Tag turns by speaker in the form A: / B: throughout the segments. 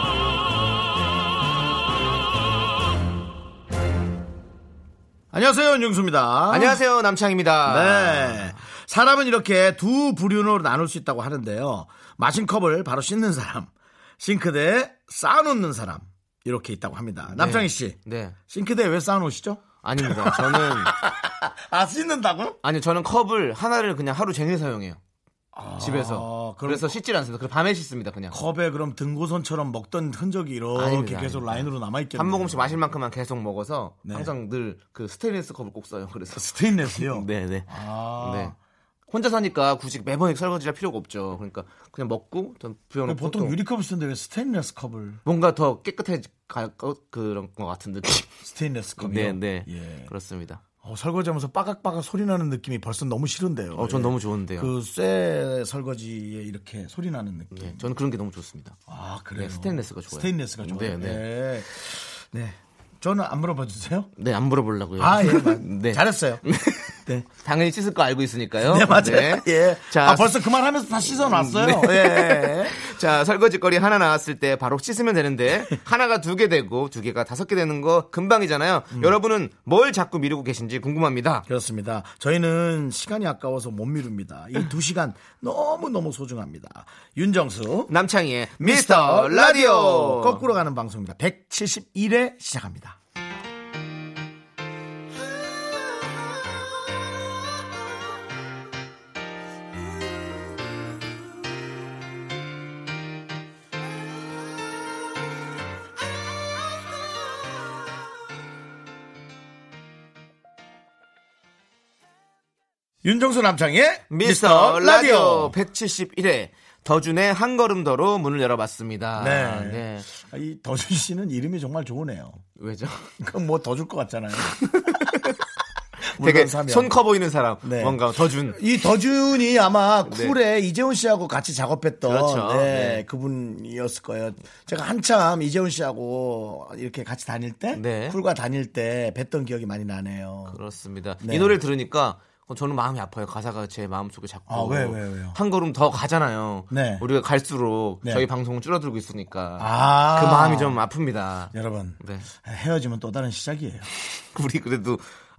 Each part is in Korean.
A: 안녕하세요 윤정수입니다
B: 안녕하세요 남창입니다.
A: 네 사람은 이렇게 두 부류로 나눌 수 있다고 하는데요 마신 컵을 바로 씻는 사람 싱크대에 쌓아놓는 사람 이렇게 있다고 합니다 남창희 씨
B: 네.
A: 싱크대에 왜 쌓아놓으시죠?
B: 아닙니다. 저는
A: 아 씻는다고요?
B: 아니 저는 컵을 하나를 그냥 하루 종일 사용해요. 집에서.
A: 아, 그럼
B: 그래서 씻질 않습니다. 그래서 밤에 씻습니다. 그냥
A: 컵에 그럼 등고선처럼 먹던 흔적이 이렇게
B: 아닙니다,
A: 계속
B: 아닙니다.
A: 라인으로 남아있겠네요
B: 한 모금씩 마실 만큼만 계속 먹어서
A: 네.
B: 항상 늘 그 스테인리스 컵을 꼭 써요. 그래서
A: 스테인레스요?
B: 네, 네.
A: 아,
B: 네. 혼자 사니까 굳이 매번 설거지할 필요가 없죠. 그러니까 그냥 먹고 전
A: 그럼
B: 비워놓고
A: 보통
B: 또
A: 유리컵을 쓰는데 왜 스테인레스 컵을
B: 뭔가 더 깨끗해 가 어, 그런 것 같은 느낌.
A: 스테인레스 컵이요?
B: 네, 네.
A: 예.
B: 그렇습니다.
A: 어, 설거지하면서 빠각빠각 소리 나는 느낌이 벌써 너무 싫은데요.
B: 어, 전 너무 좋은데요.
A: 아, 예. 그쇠 설거지에 이렇게 소리 나는 느낌.
B: 네, 저는 그런 게 너무 좋습니다.
A: 아 그래요.
B: 네, 스테인레스가 좋아요.
A: 스테인레스가 좋아요.
B: 네, 네.
A: 네. 네. 저는 안 물어봐 주세요.
B: 네, 안 물어보려고요.
A: 아 예, 맞-
B: 네.
A: 잘했어요. 네,
B: 당연히 씻을 거 알고 있으니까요.
A: 네 맞아요.
B: 네.
A: 예.
B: 자,
A: 아, 벌써 그만하면서 다 씻어놨어요.
B: 네.
A: 예.
B: 자, 설거지거리 하나 나왔을 때 바로 씻으면 되는데 하나가 두 개 되고 두 개가 다섯 개 되는 거 금방이잖아요.
A: 음.
B: 여러분은 뭘 자꾸 미루고 계신지 궁금합니다.
A: 그렇습니다. 저희는 시간이 아까워서 못 미룹니다. 이 두 시간 너무 너무 소중합니다. 윤정수
B: 남창희의 미스터 라디오.
A: 거꾸로 가는 방송입니다. 171회 시작합니다. 윤정수 남창의
B: 미스터 라디오 171회 더준의 한 걸음 더로 문을 열어봤습니다.
A: 네. 아, 이 더준 씨는 이름이 정말 좋으네요.
B: 왜죠?
A: 그럼 뭐 더 줄 것 같잖아요. 물건
B: 되게
A: 사면.
B: 손 커 보이는 사람.
A: 네.
B: 뭔가 더준.
A: 이 더준이 아마
B: 네.
A: 쿨에 이재훈 씨하고 같이 작업했던
B: 그렇죠.
A: 네,
B: 네.
A: 그분이었을 거예요. 제가 한참 이재훈 씨하고 이렇게 같이 다닐 때
B: 네.
A: 쿨과 다닐 때 뵀던 기억이 많이 나네요.
B: 그렇습니다.
A: 네.
B: 이 노래를 들으니까 어, 저는 마음이 아파요. 가사가 제 마음속에 자꾸
A: 아, 왜, 왜, 왜요?
B: 한 걸음 더 가잖아요.
A: 네.
B: 우리가 갈수록
A: 네.
B: 저희 방송은 줄어들고 있으니까
A: 아.
B: 그 마음이 좀 아픕니다.
A: 여러분
B: 네.
A: 헤어지면 또 다른 시작이에요.
B: 우리 그래도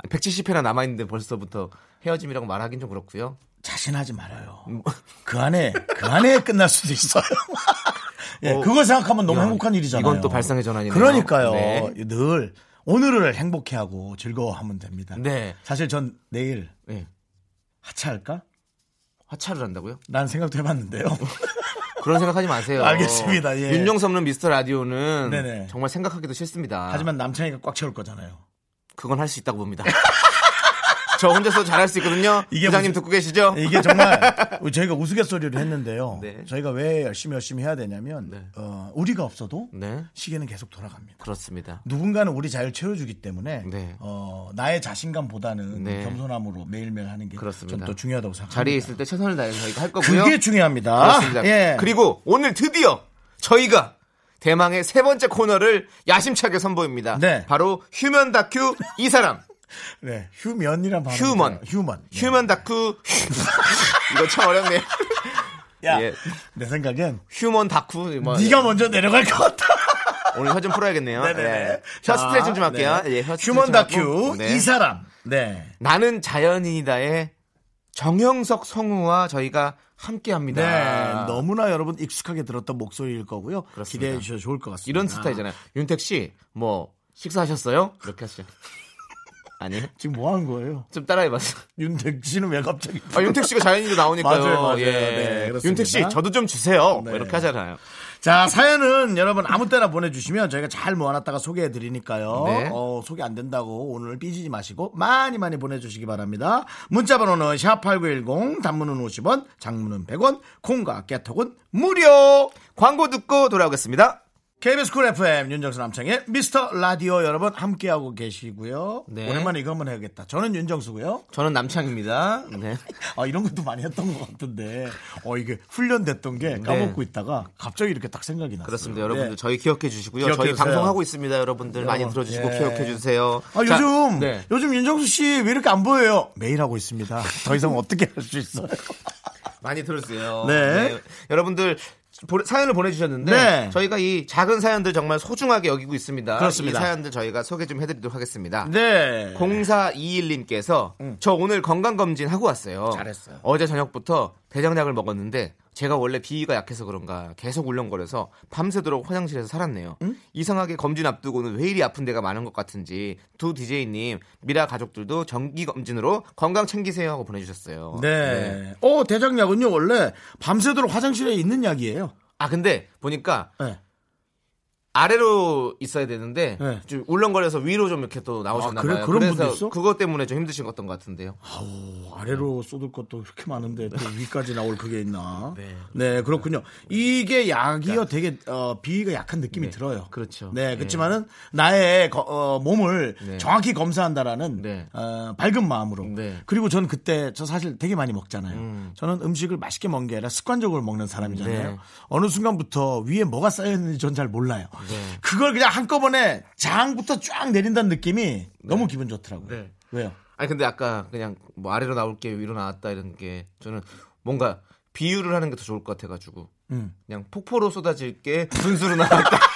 B: 170회나 남아 있는데 벌써부터 헤어짐이라고 말하긴 좀 그렇고요.
A: 자신하지 말아요. 그 안에 그 안에 끝날 수도 있어요. 예, 그걸 생각하면 너무
B: 야,
A: 행복한 일이잖아요.
B: 어, 이건 또 발상의 전환이네요.
A: 그러니까요.
B: 네.
A: 늘 오늘을 행복해하고 즐거워하면 됩니다.
B: 네.
A: 사실 전 내일
B: 네.
A: 하차할까?
B: 화차를 한다고요?
A: 라는 생각도 해봤는데요.
B: 그런 생각하지 마세요.
A: 알겠습니다. 예.
B: 윤종수 없는 미스터 라디오는
A: 네네.
B: 정말 생각하기도 싫습니다.
A: 하지만 남창이가 꽉 채울 거잖아요.
B: 그건 할 수 있다고 봅니다. 저 혼자서 잘할 수 있거든요.
A: 이게
B: 부장님
A: 무슨-
B: 듣고 계시죠?
A: 이게 정말 저희가 우스갯소리를 했는데요.
B: 네.
A: 저희가 왜 열심히 열심히 해야 되냐면
B: 네.
A: 어, 우리가 없어도
B: 네.
A: 시계는 계속 돌아갑니다.
B: 그렇습니다.
A: 누군가는 우리 자유를 채워주기 때문에
B: 네.
A: 어, 나의 자신감보다는
B: 네.
A: 겸손함으로 매일매일 하는 게 좀
B: 그렇습니다.
A: 더 중요하다고 생각합니다.
B: 자리에 있을 때 최선을 다해서 저희가 할 거고요.
A: 그게 중요합니다.
B: 그렇습니다.
A: 예.
B: 그리고 오늘 드디어 저희가 대망의 세 번째 코너를 야심차게 선보입니다.
A: 네.
B: 바로 휴면 다큐 이 사람.
A: 네, 휴면이란 발음.
B: 휴먼.
A: 휴먼. 네.
B: 휴면 다큐 이거 참 어렵네요.
A: 야,
B: 예.
A: 내 생각엔
B: 휴먼 다큐 뭐 예.
A: 네가 먼저 내려갈 것 같아.
B: 오늘 혀 좀 풀어야겠네요.
A: 네네네.
B: 예. 혀
A: 자,
B: 스트레칭 좀 할게요.
A: 네.
B: 예, 혀 스트레칭
A: 휴먼 다큐
B: 하고. 네.
A: 이 사람. 네.
B: 나는 자연인이다의 정영석 성우와 저희가 함께합니다.
A: 네, 너무나 여러분 익숙하게 들었던 목소리일 거고요. 기대해 주셔도 좋을 것 같습니다.
B: 이런 스타일이잖아요. 윤택 씨, 뭐 식사하셨어요? 이렇게 하시죠. 아니,
A: 지금 뭐 하는 거예요?
B: 좀 따라해봤어.
A: 윤택 씨는 왜 갑자기?
B: 아, 윤택 씨가 자연인도 나오니까요.
A: 맞아요, 맞아요.
B: 예.
A: 네, 그렇습니다.
B: 윤택 씨, 저도 좀 주세요. 뭐
A: 네.
B: 이렇게 하잖아요.
A: 자, 사연은 여러분 아무 때나 보내주시면 저희가 잘 모아놨다가 소개해 드리니까요.
B: 네.
A: 어, 소개 안 된다고 오늘 삐지지 마시고 많이 많이 보내주시기 바랍니다. 문자번호는 샵8910, 단문은 50원, 장문은 100원, 콩과 깨톡은 무료!
B: 광고 듣고 돌아오겠습니다.
A: KBS 쿨 FM 윤정수 남창의 미스터 라디오 여러분 함께하고 계시고요.
B: 네.
A: 오랜만에 이거 한번 해야겠다. 저는 윤정수고요.
B: 저는 남창입니다. 네.
A: 아 이런 것도 많이 했던 것 같은데 어 이게 훈련됐던 게 까먹고 있다가 갑자기 이렇게 딱 생각이 났어요.
B: 네. 그렇습니다. 여러분들
A: 네.
B: 저희 기억해 주시고요.
A: 기억해
B: 저희
A: 주세요.
B: 방송하고 있습니다. 여러분들 많이 들어주시고
A: 예.
B: 기억해 주세요.
A: 아
B: 자,
A: 요즘
B: 네.
A: 요즘 윤정수 씨 왜 이렇게 안 보여요? 매일 하고 있습니다. 더 이상 어떻게 할 수 있어요?
B: 많이 들었어요.
A: 네.
B: 여러분들 보- 사연을 보내주셨는데
A: 네.
B: 저희가 이 작은 사연들 정말 소중하게 여기고 있습니다.
A: 그렇습니다.
B: 이 사연들 저희가 소개 좀 해드리도록 하겠습니다.
A: 네. 음.
B: 0421님께서 저 오늘 건강검진 하고 왔어요.
A: 잘했어요.
B: 어제 저녁부터 대장약을 먹었는데 제가 원래 비위가 약해서 그런가 계속 울렁거려서 밤새도록 화장실에서 살았네요.
A: 음?
B: 이상하게 검진 앞두고는 왜 이리 아픈 데가 많은 것 같은지 두 DJ님 미라 가족들도 정기검진으로 건강 챙기세요 하고 보내주셨어요.
A: 네. 어 대장약은요 원래 밤새도록 화장실에 있는 약이에요.
B: 아 근데 보니까
A: 네.
B: 아래로 있어야 되는데
A: 네.
B: 좀 울렁거려서 위로 좀 이렇게 또 나오셨나
A: 아, 그래?
B: 봐요.
A: 그런 분도
B: 그래서
A: 있어?
B: 그것 때문에 좀 힘드신 것 같던 것 같은데요.
A: 오, 뭐
B: 네.
A: 아래로 쏟을 것도 그렇게 많은데 또 위까지 나올 그게 있나? 네, 그렇군요. 이게 약이요, 되게 어, 비위가 약한 느낌이 들어요.
B: 네. 그렇죠.
A: 네,
B: 네.
A: 그렇지만은 나의 거- 어, 몸을
B: 네.
A: 정확히 검사한다라는
B: 네.
A: 어, 밝은 마음으로.
B: 네.
A: 그리고 전 그때 저 사실 되게 많이 먹잖아요. 저는 음식을 맛있게 먹는 게 아니라 습관적으로 먹는 사람이잖아요.
B: 네.
A: 어느 순간부터 위에 뭐가 쌓여 있는지 전 잘 몰라요.
B: 네.
A: 그걸 그냥 한꺼번에 장부터 쫙 내린다는 느낌이 너무 기분 좋더라고요.
B: 네.
A: 왜요?
B: 아니 근데 아까 그냥 뭐 아래로 나올 게 위로 나왔다 이런 게 저는 뭔가 비유를 하는 게 더 좋을 것 같아가지고
A: 음.
B: 그냥 폭포로 쏟아질 게 분수로 나왔다.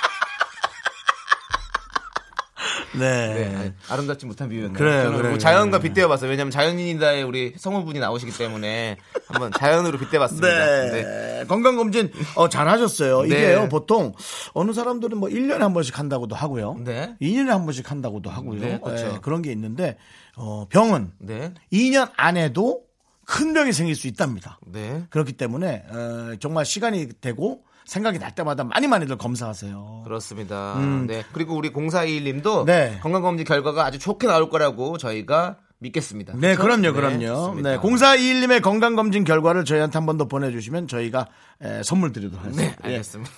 B: 네. 아니, 아름답지 못한 비유였네요.
A: 그래요,
B: 저는
A: 그래요,
B: 뭐 자연과 빗대어 봤어요. 왜냐하면 자연인이다의 우리 성우분이 나오시기 때문에 한번 자연으로 빗대봤습니다. 근데
A: 네. 건강검진 어, 잘 하셨어요.
B: 네.
A: 이게요, 보통 어느 사람들은 뭐 1년에 한 번씩 한다고도 하고요.
B: 네.
A: 2년에 한 번씩 한다고도 하고요.
B: 네, 그렇죠.
A: 예, 그런 게 있는데, 어, 병은
B: 네.
A: 2년 안에도 큰 병이 생길 수 있답니다.
B: 네.
A: 그렇기 때문에 어, 정말 시간이 되고 생각이 날 때마다 많이 많이들 검사하세요.
B: 그렇습니다. 네. 그리고 우리 0421님도
A: 음. 네.
B: 건강검진 결과가 아주 좋게 나올 거라고 저희가 믿겠습니다.
A: 네,
B: 그렇죠?
A: 그럼요,
B: 네,
A: 그럼요.
B: 좋습니다.
A: 네, 0421님의 건강검진 결과를 저희한테 한 번 더 보내주시면 저희가 에, 선물 드리도록
B: 네,
A: 하겠습니다. 예.
B: 알겠습니다.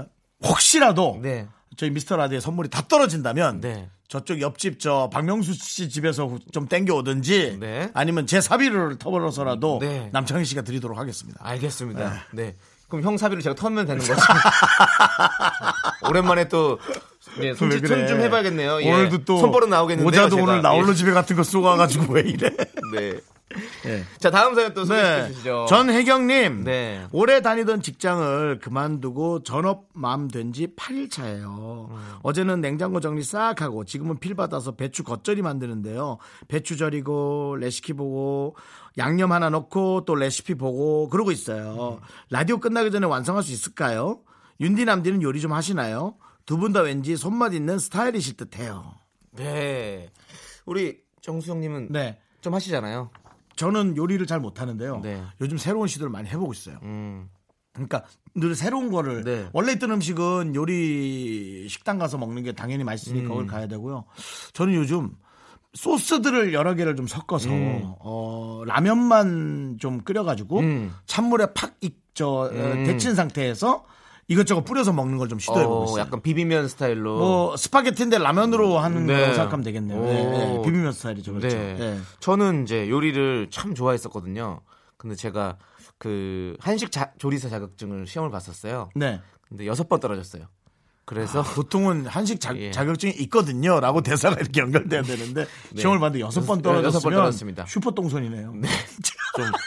A: 어, 혹시라도
B: 네.
A: 저희 미스터 라디의 선물이 다 떨어진다면
B: 네.
A: 저쪽 옆집 저 박명수 씨 집에서 좀 땡겨 오든지
B: 네.
A: 아니면 제 사비를 터버려서라도
B: 네. 아,
A: 남창희 씨가 드리도록 하겠습니다. 아.
B: 알겠습니다. 네. 그럼 형 사비를 제가 털면 되는 거죠. 오랜만에 또 예,
A: 왜
B: 손짓
A: 그래?
B: 좀, 좀 해봐야겠네요. 예.
A: 오늘도 또
B: 손버릇 나오겠는데요.
A: 모자도
B: 제가.
A: 오늘 나홀로
B: 예.
A: 집에 같은 거 쓰고 와가지고 왜 이래?
B: 네.
A: 예.
B: 자 다음 사연 또 소개해
A: 네.
B: 주시죠.
A: 전혜경님.
B: 네.
A: 오래 다니던 직장을 그만두고 전업맘 된 지 8일 차예요.
B: 음.
A: 어제는 냉장고 정리 싹 하고 지금은 필 받아서 배추 겉절이 만드는데요. 배추 절이고 레시피 보고 양념 하나 넣고 또 레시피 보고 그러고 있어요.
B: 음.
A: 라디오 끝나기 전에 완성할 수 있을까요? 윤디남디는 요리 좀 하시나요? 두 분 다 왠지 손맛 있는 스타일이실 듯해요.
B: 네. 우리 정수 형님은
A: 네.
B: 좀 하시잖아요.
A: 저는 요리를 잘 못하는데요.
B: 네.
A: 요즘 새로운 시도를 많이 해보고 있어요.
B: 음.
A: 그러니까 늘 새로운 거를
B: 네.
A: 원래 있던 음식은 요리 식당 가서 먹는 게 당연히
B: 음.
A: 맛있으니까 거기 가야 되고요. 저는 요즘 소스들을 여러 개를 좀 섞어서
B: 음.
A: 어, 라면만 좀 끓여가지고 찬물에 팍 익저 어, 데친 상태에서 이것저것 뿌려서 먹는 걸 좀 시도해보고
B: 음. 어,
A: 있어요.
B: 약간 비빔면 스타일로.
A: 뭐 스파게티인데 라면으로 하는
B: 네.
A: 거라고 생각하면 되겠네요. 네,
B: 오.
A: 네. 비빔면 스타일이죠, 그렇죠.
B: 네.
A: 네.
B: 저는 이제 요리를 참 좋아했었거든요. 근데 제가 그 한식 자- 조리사 자격증을 시험을 봤었어요.
A: 네.
B: 근데 여섯 번 떨어졌어요. 그래서
A: 아. 보통은 한식 자,
B: 예.
A: 격증이 있거든요라고 대사가 이렇게 연결돼야 되는데 시험을 봤는데 여섯 번
B: 여섯- 네. 여섯 번
A: 떨어졌으면
B: 떨어졌습니다.
A: 슈퍼 똥손이네요.
B: 좀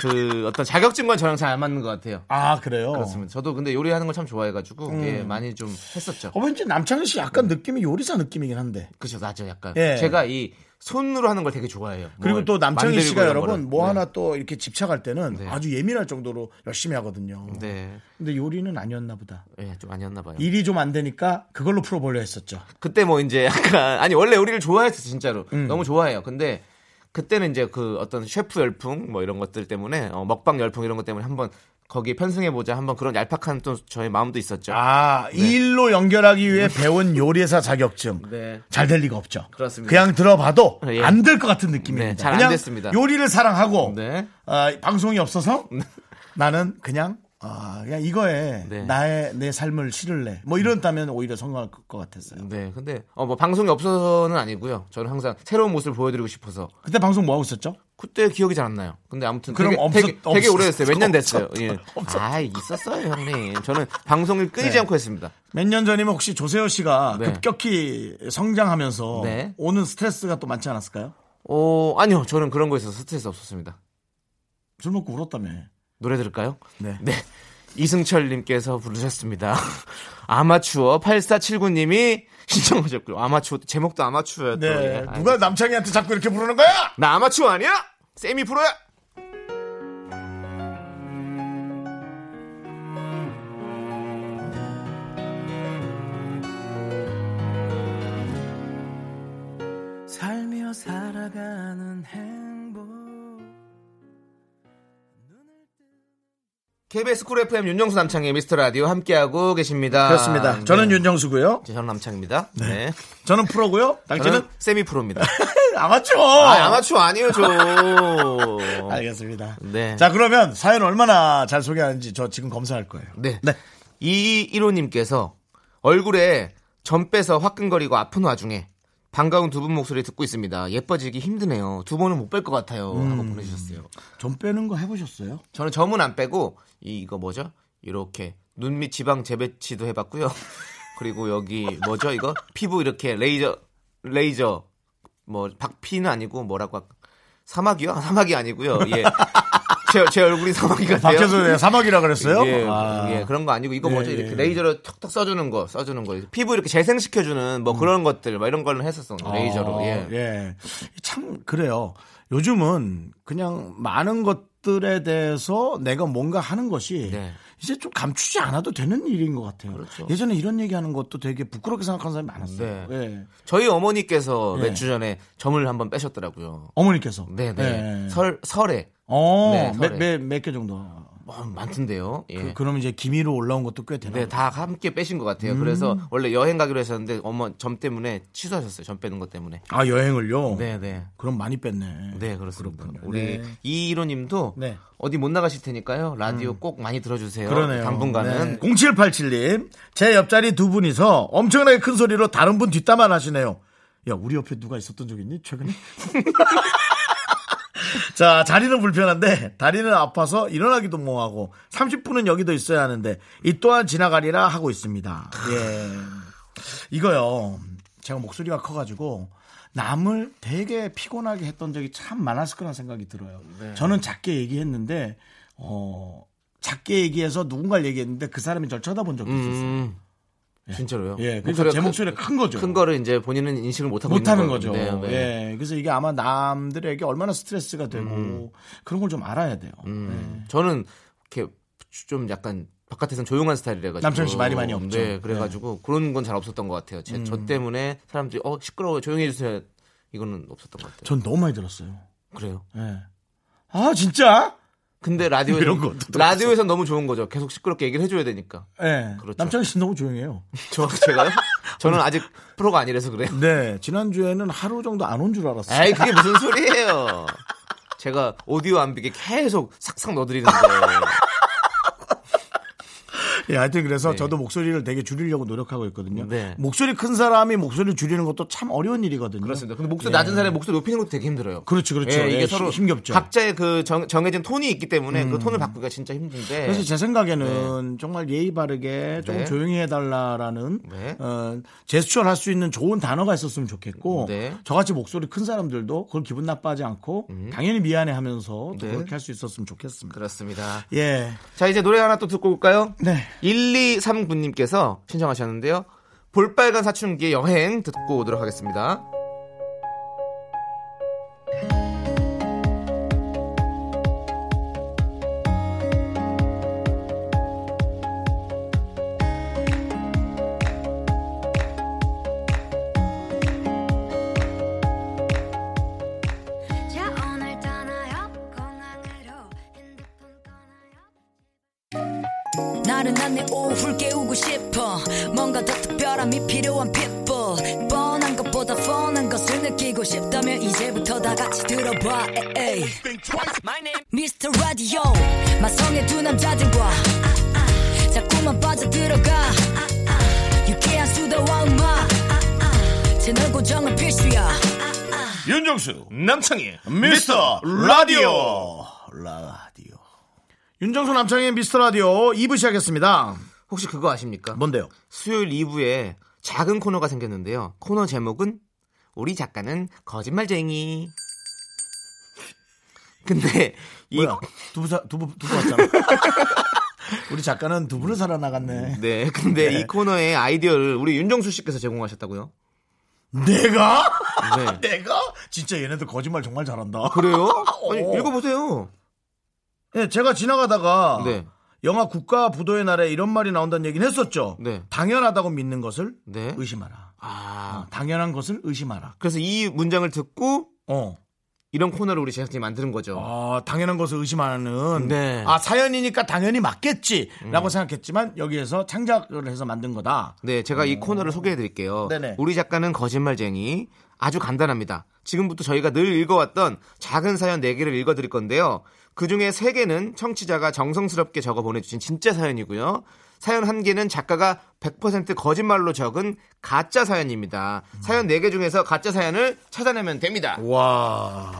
B: 그 어떤 자격증과 저랑 잘 안 맞는 것 같아요.
A: 아 그래요.
B: 그렇습니다. 저도 근데 요리하는 걸 참 좋아해가지고 예, 많이 좀 했었죠.
A: 음. 어, 왠지 남창희 씨 약간
B: 네.
A: 느낌이 요리사 느낌이긴 한데.
B: 그죠, 맞죠, 약간.
A: 예.
B: 제가 이 손으로 하는 걸 되게 좋아해요.
A: 그리고
B: 뭘
A: 또 남창희
B: 만들고
A: 씨가
B: 이런
A: 여러분
B: 거를.
A: 뭐
B: 네.
A: 하나 또 이렇게 집착할 때는
B: 네.
A: 아주 예민할 정도로 열심히 하거든요.
B: 네,
A: 근데 요리는 아니었나 보다.
B: 예, 좀 아니었나 봐요.
A: 일이 좀 안 되니까 그걸로 풀어보려 했었죠.
B: 그때 뭐 이제 약간 아니 원래 요리를 좋아했어 진짜로
A: 음.
B: 너무 좋아해요. 근데 그때는 이제 그 어떤 셰프 열풍 뭐 이런 것들 때문에 어, 먹방 열풍 이런 것 때문에 한번 거기에 편승해 보자 한번 그런 얄팍한 또 저의 마음도 있었죠.
A: 아, 이 일로 연결하기 위해 배운 요리사 자격증.
B: 네.
A: 잘 될 리가 없죠.
B: 그렇습니다.
A: 그냥 들어봐도
B: 예.
A: 안 될 것 같은 느낌입니다.
B: 네, 잘안
A: 그냥
B: 됐습니다.
A: 요리를 사랑하고
B: 네.
A: 아, 방송이 없어서 나는 그냥 아, 그냥 이거에
B: 네. 음.
A: 나의 내 삶을 실을래. 뭐 이런다면 오히려 성공할 것 같았어요.
B: 네, 근데 어, 뭐 방송이 없어서는 아니고요. 저는 항상 새로운 모습을 보여드리고 싶어서
A: 그때 방송 뭐 하고 있었죠?
B: 그때 기억이 잘 안 나요. 근데 아무튼
A: 그럼
B: 되게,
A: 없었-
B: 되게, 되게
A: 없었-
B: 오래됐어요. 몇 년 됐어요.
A: 없었-
B: 예.
A: 없었- 네.
B: 아, 있었어요, 형님. 저는 방송을 끊이지 않고 했습니다.
A: 몇 년 전이면 혹시 조세호 씨가
B: 네.
A: 급격히 성장하면서
B: 네.
A: 오는 스트레스가 또 많지 않았을까요?
B: 어, 아니요. 저는 그런 거에 있어서 스트레스 없었습니다.
A: 술 먹고 울었다며.
B: 노래 들을까요?
A: 네.
B: 이승철님께서 부르셨습니다. 아마추어 8479님이 신청하셨고요. 아마추어 제목도 예. 아마추어였던.
A: 네. 누가 남창희한테 자꾸 이렇게 부르는 거야?
B: 나 아마추어 아니야? 세미 프로야?
C: 살며 살아가는 행복
B: KBS 쿨 FM 윤정수 남창의 미스터 라디오 함께하고 계십니다.
A: 그렇습니다. 저는
B: 네.
A: 윤정수고요.
B: 저는 남창입니다. 네.
A: 저는 프로고요. 당신은 네,
B: 저는 세미 프로입니다.
A: 아마추어.
B: 아, 아마추어 아니에요, 저.
A: 알겠습니다.
B: 어. 네.
A: 자 그러면 사연 얼마나 잘 소개하는지 저 지금 검사할 거예요.
B: 네.
A: 네.
B: 이 1호님께서 얼굴에 점 빼서 화끈거리고 아픈 와중에 반가운 두 분 목소리 듣고 있습니다. 예뻐지기 힘드네요. 두 번은 못 뺄 것 같아요. 하고 보내주셨어요.
A: 점 빼는 거 해보셨어요?
B: 저는 점은 안 빼고 이, 이거 뭐죠? 이렇게 눈 밑 지방 재배치도 해봤고요. 그리고 여기 뭐죠? 이거 피부 이렇게 레이저 레이저 뭐 박피는 아니고 뭐라고 할까? 사막이요? 아, 사막이 아니고요. 예. 제, 제 얼굴이 사막이 같아요.
A: 박혜수 네, 사막이라 그랬어요?
B: 예,
A: 아.
B: 예, 그런 거 아니고 이거
A: 예,
B: 뭐죠?
A: 예,
B: 이렇게
A: 예.
B: 레이저로 턱턱 써주는 거, 써주는 거, 피부 이렇게 재생시켜주는 뭐 그런 것들, 막 이런 걸로 했었어. 레이저로.
A: 어,
B: 예.
A: 음. 예. 참 그래요. 요즘은 그냥 많은 것들에 대해서 내가 뭔가 하는 것이
B: 네.
A: 이제 좀 감추지 않아도 되는 일인 것 같아요.
B: 그렇죠.
A: 예전에 이런 얘기하는 것도 되게 부끄럽게 생각하는 사람이 많았어요.
B: 네.
A: 예.
B: 저희 어머니께서
A: 예.
B: 몇 주 전에 점을 한번 빼셨더라고요.
A: 어머니께서.
B: 네, 네.
A: 예.
B: 설 설에
A: 어,
B: 네,
A: 몇,
B: 설에.
A: 몇, 몇개 정도.
B: 어, 많던데요. 예.
A: 그, 그럼 이제 기미로 올라온 것도 꽤 되나요?
B: 네, 다 함께 빼신 것 같아요. 그래서
A: 음.
B: 원래 여행 가기로 했었는데 어머 점 때문에 취소하셨어요. 점 빼는 것 때문에.
A: 아, 여행을요?
B: 네, 네.
A: 그럼 많이 뺐네.
B: 네, 그렇습니다.
A: 그렇군요.
B: 우리
A: 네.
B: 이일호님도
A: 네. 음.
B: 어디 못 나가실 테니까요. 라디오 꼭 많이 들어주세요.
A: 그러네요.
B: 당분간은
A: 0787님, 제 옆자리 두 분이서 엄청나게 큰 소리로 다른 분 뒷담화 하시네요. 야, 우리 옆에 누가 있었던 적 있니? 최근에? 자, 자리는 불편한데, 다리는 아파서 일어나기도 뭐하고, 30분은 여기도 있어야 하는데, 이 또한 지나가리라 하고 있습니다. 예. 이거요. 제가 목소리가 커가지고, 남을 되게 피곤하게 했던 적이 참 많았을 거란 생각이 들어요.
B: 네.
A: 저는 작게 얘기했는데, 어, 작게 얘기해서 누군가를 얘기했는데 그 사람이 저를 쳐다본 적도 있었어요.
B: 음. 진짜로요?
A: 예, 그래서 제 목소리가 큰 거죠.
B: 큰 거를 이제 본인은 인식을 못하고
A: 못하는
B: 있는
A: 거죠.
B: 거예요. 네, 네.
A: 예, 그래서 이게 아마 남들에게 얼마나 스트레스가 되고 그런 걸 좀 알아야 돼요. 네.
B: 음, 저는 이렇게 좀 약간 바깥에선 조용한 스타일이라가지고
A: 남창희 씨 말이 많이 없죠. 음.
B: 네, 그래가지고 그런 건 잘 없었던 것 같아요. 제, 저 때문에 사람들이 어 시끄러워 조용히 해주세요. 이거는 없었던 것 같아요.
A: 전 너무 많이 들었어요.
B: 그래요.
A: 예. 아 진짜?
B: 근데 라디오
A: 뭐, 이런 것도 들었어.
B: 라디오에서 너무 좋은 거죠. 계속 시끄럽게 얘기를 해줘야 되니까.
A: 예.
B: 그렇죠. 네.
A: 남창희 씨 너무 조용해요.
B: 저 제가요? 저는 아직 프로가 아니라서 그래요.
A: 네, 지난 주에는 하루 정도 안 온 줄 알았어요.
B: 에이 그게 무슨 소리예요? 제가 오디오 안비게 계속 삭삭 넣어드리는데.
A: 예, 하여튼 그래서
B: 네.
A: 저도 목소리를 되게 줄이려고 노력하고 있거든요.
B: 네.
A: 목소리 큰 사람이 목소리를 줄이는 것도 참 어려운 일이거든요.
B: 그렇습니다. 근데 목소리
A: 예.
B: 낮은 사람의 목소리 높이는 것도 되게 힘들어요.
A: 그렇죠, 그렇죠.
B: 예, 이게
A: 예,
B: 서로
A: 힘- 힘겹죠.
B: 각자의 그 정, 해진 톤이 있기 때문에 그 톤을 바꾸기가 진짜 힘든데.
A: 그래서 제 생각에는 정말 예의 바르게 조금
B: 네.
A: 조용히 해달라라는
B: 네.
A: 어, 제스처를 할 수 있는 좋은 단어가 있었으면 좋겠고
B: 네.
A: 저같이 목소리 큰 사람들도 그걸 기분 나빠하지 않고 당연히 미안해하면서 또
B: 음. 네.
A: 그렇게 할 수 있었으면 좋겠습니다.
B: 그렇습니다.
A: 예,
B: 자 이제 노래 하나 또 듣고 올까요?
A: 네.
B: 1239님께서 신청하셨는데요. 볼빨간 사춘기의 여행 듣고 오도록 하겠습니다.
D: 자 오늘 떠나요 공항으로 핸드폰 꺼나요
E: 나른한 내 오후를 깨우고 싶어 뭔가 더 특별함이 필요한 people 뻔한 것보다 나보다 뻔한 것을 느끼고 싶다면 이제부터 다 같이 들어봐 에이. 미스터 라디오 마성의 두 남자들과 자꾸만 빠져들어가 유쾌한 수다와 음악 채널 고정은 필수야
F: 윤정수 남창희 미스터 라디오
A: 라디오. 윤정수 남창의 미스터 라디오 2부 시작했습니다.
B: 혹시 그거 아십니까?
A: 뭔데요?
B: 수요일 2부에 작은 코너가 생겼는데요. 코너 제목은 우리 작가는 거짓말쟁이. 근데 이
A: 뭐야? 두부 사, 두부 두부 왔잖아. 우리 작가는
B: 음.
A: 두부를 살아 나갔네.
B: 네, 근데 이 코너의 아이디어를 우리 윤정수 씨께서 제공하셨다고요?
A: 내가?
B: 음.
A: 아,
B: 네.
A: 내가? 진짜 얘네들 거짓말 정말 잘한다.
B: 그래요? 아니,
A: 어.
B: 읽어보세요.
A: 예, 제가 지나가다가
B: 네.
A: 영화 국가 부도의 날에 이런 말이 나온다는 얘기는 했었죠.
B: 네.
A: 당연하다고 믿는 것을
B: 네.
A: 의심하라.
B: 아.
A: 아, 당연한 것을 의심하라.
B: 그래서 이 문장을 듣고
A: 어.
B: 이런 코너를 우리 제작진이 만드는 거죠.
A: 아, 당연한 것을 의심하는.
B: 네. 음.
A: 아, 사연이니까 당연히 맞겠지라고 생각했지만 여기에서 창작을 해서 만든 거다.
B: 네, 제가 이 코너를 소개해 드릴게요.
A: 음. 네네.
B: 우리 작가는 거짓말쟁이. 아주 간단합니다. 지금부터 저희가 늘 읽어왔던 작은 사연 4개를 읽어 드릴 건데요. 그 중에 3개는 청취자가 정성스럽게 적어 보내주신 진짜 사연이고요. 사연 1개는 작가가 100% 거짓말로 적은 가짜 사연입니다. 사연 4개 중에서 가짜 사연을 찾아내면 됩니다.
A: 와.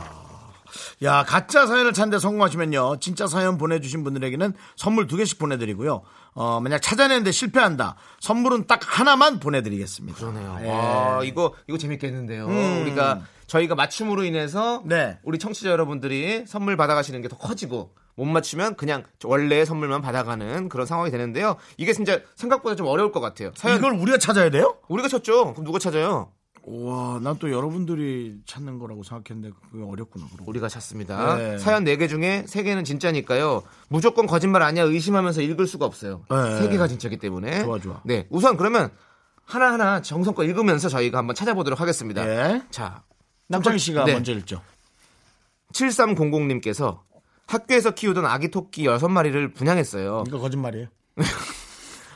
A: 야, 가짜 사연을 찾는데 성공하시면요. 진짜 사연 보내주신 분들에게는 선물 두 개씩 보내드리고요. 어, 만약 찾아내는데 실패한다. 선물은 딱 하나만 보내드리겠습니다.
B: 그러네요.
A: 예.
B: 와, 이거 이거 재밌겠는데요. 우리가 저희가 맞춤으로 인해서
A: 음. 네.
B: 우리 청취자 여러분들이 선물 받아가시는 게 더 커지고 못 맞추면 그냥 원래 선물만 받아가는 그런 상황이 되는데요. 이게 진짜 생각보다 좀 어려울 것 같아요. 사연
A: 이걸 우리가 찾아야 돼요?
B: 우리가 쳤죠. 그럼 누가 찾아요?
A: 와, 난 또 여러분들이 찾는 거라고 생각했는데 그게 어렵구나. 그러고.
B: 우리가 찾습니다.
A: 네.
B: 사연 4개 중에 3개는 진짜니까요. 무조건 거짓말 아니야 의심하면서 읽을 수가 없어요.
A: 네.
B: 3개가 진짜기 때문에.
A: 좋아, 좋아.
B: 네. 우선 그러면 하나하나 정성껏 읽으면서 저희가 한번 찾아보도록 하겠습니다.
A: 예.
B: 자,
A: 남창희 씨가
B: 네.
A: 먼저 읽죠.
B: 7300님께서 학교에서 키우던 아기 토끼 6마리를 분양했어요.
A: 이거 거짓말이에요.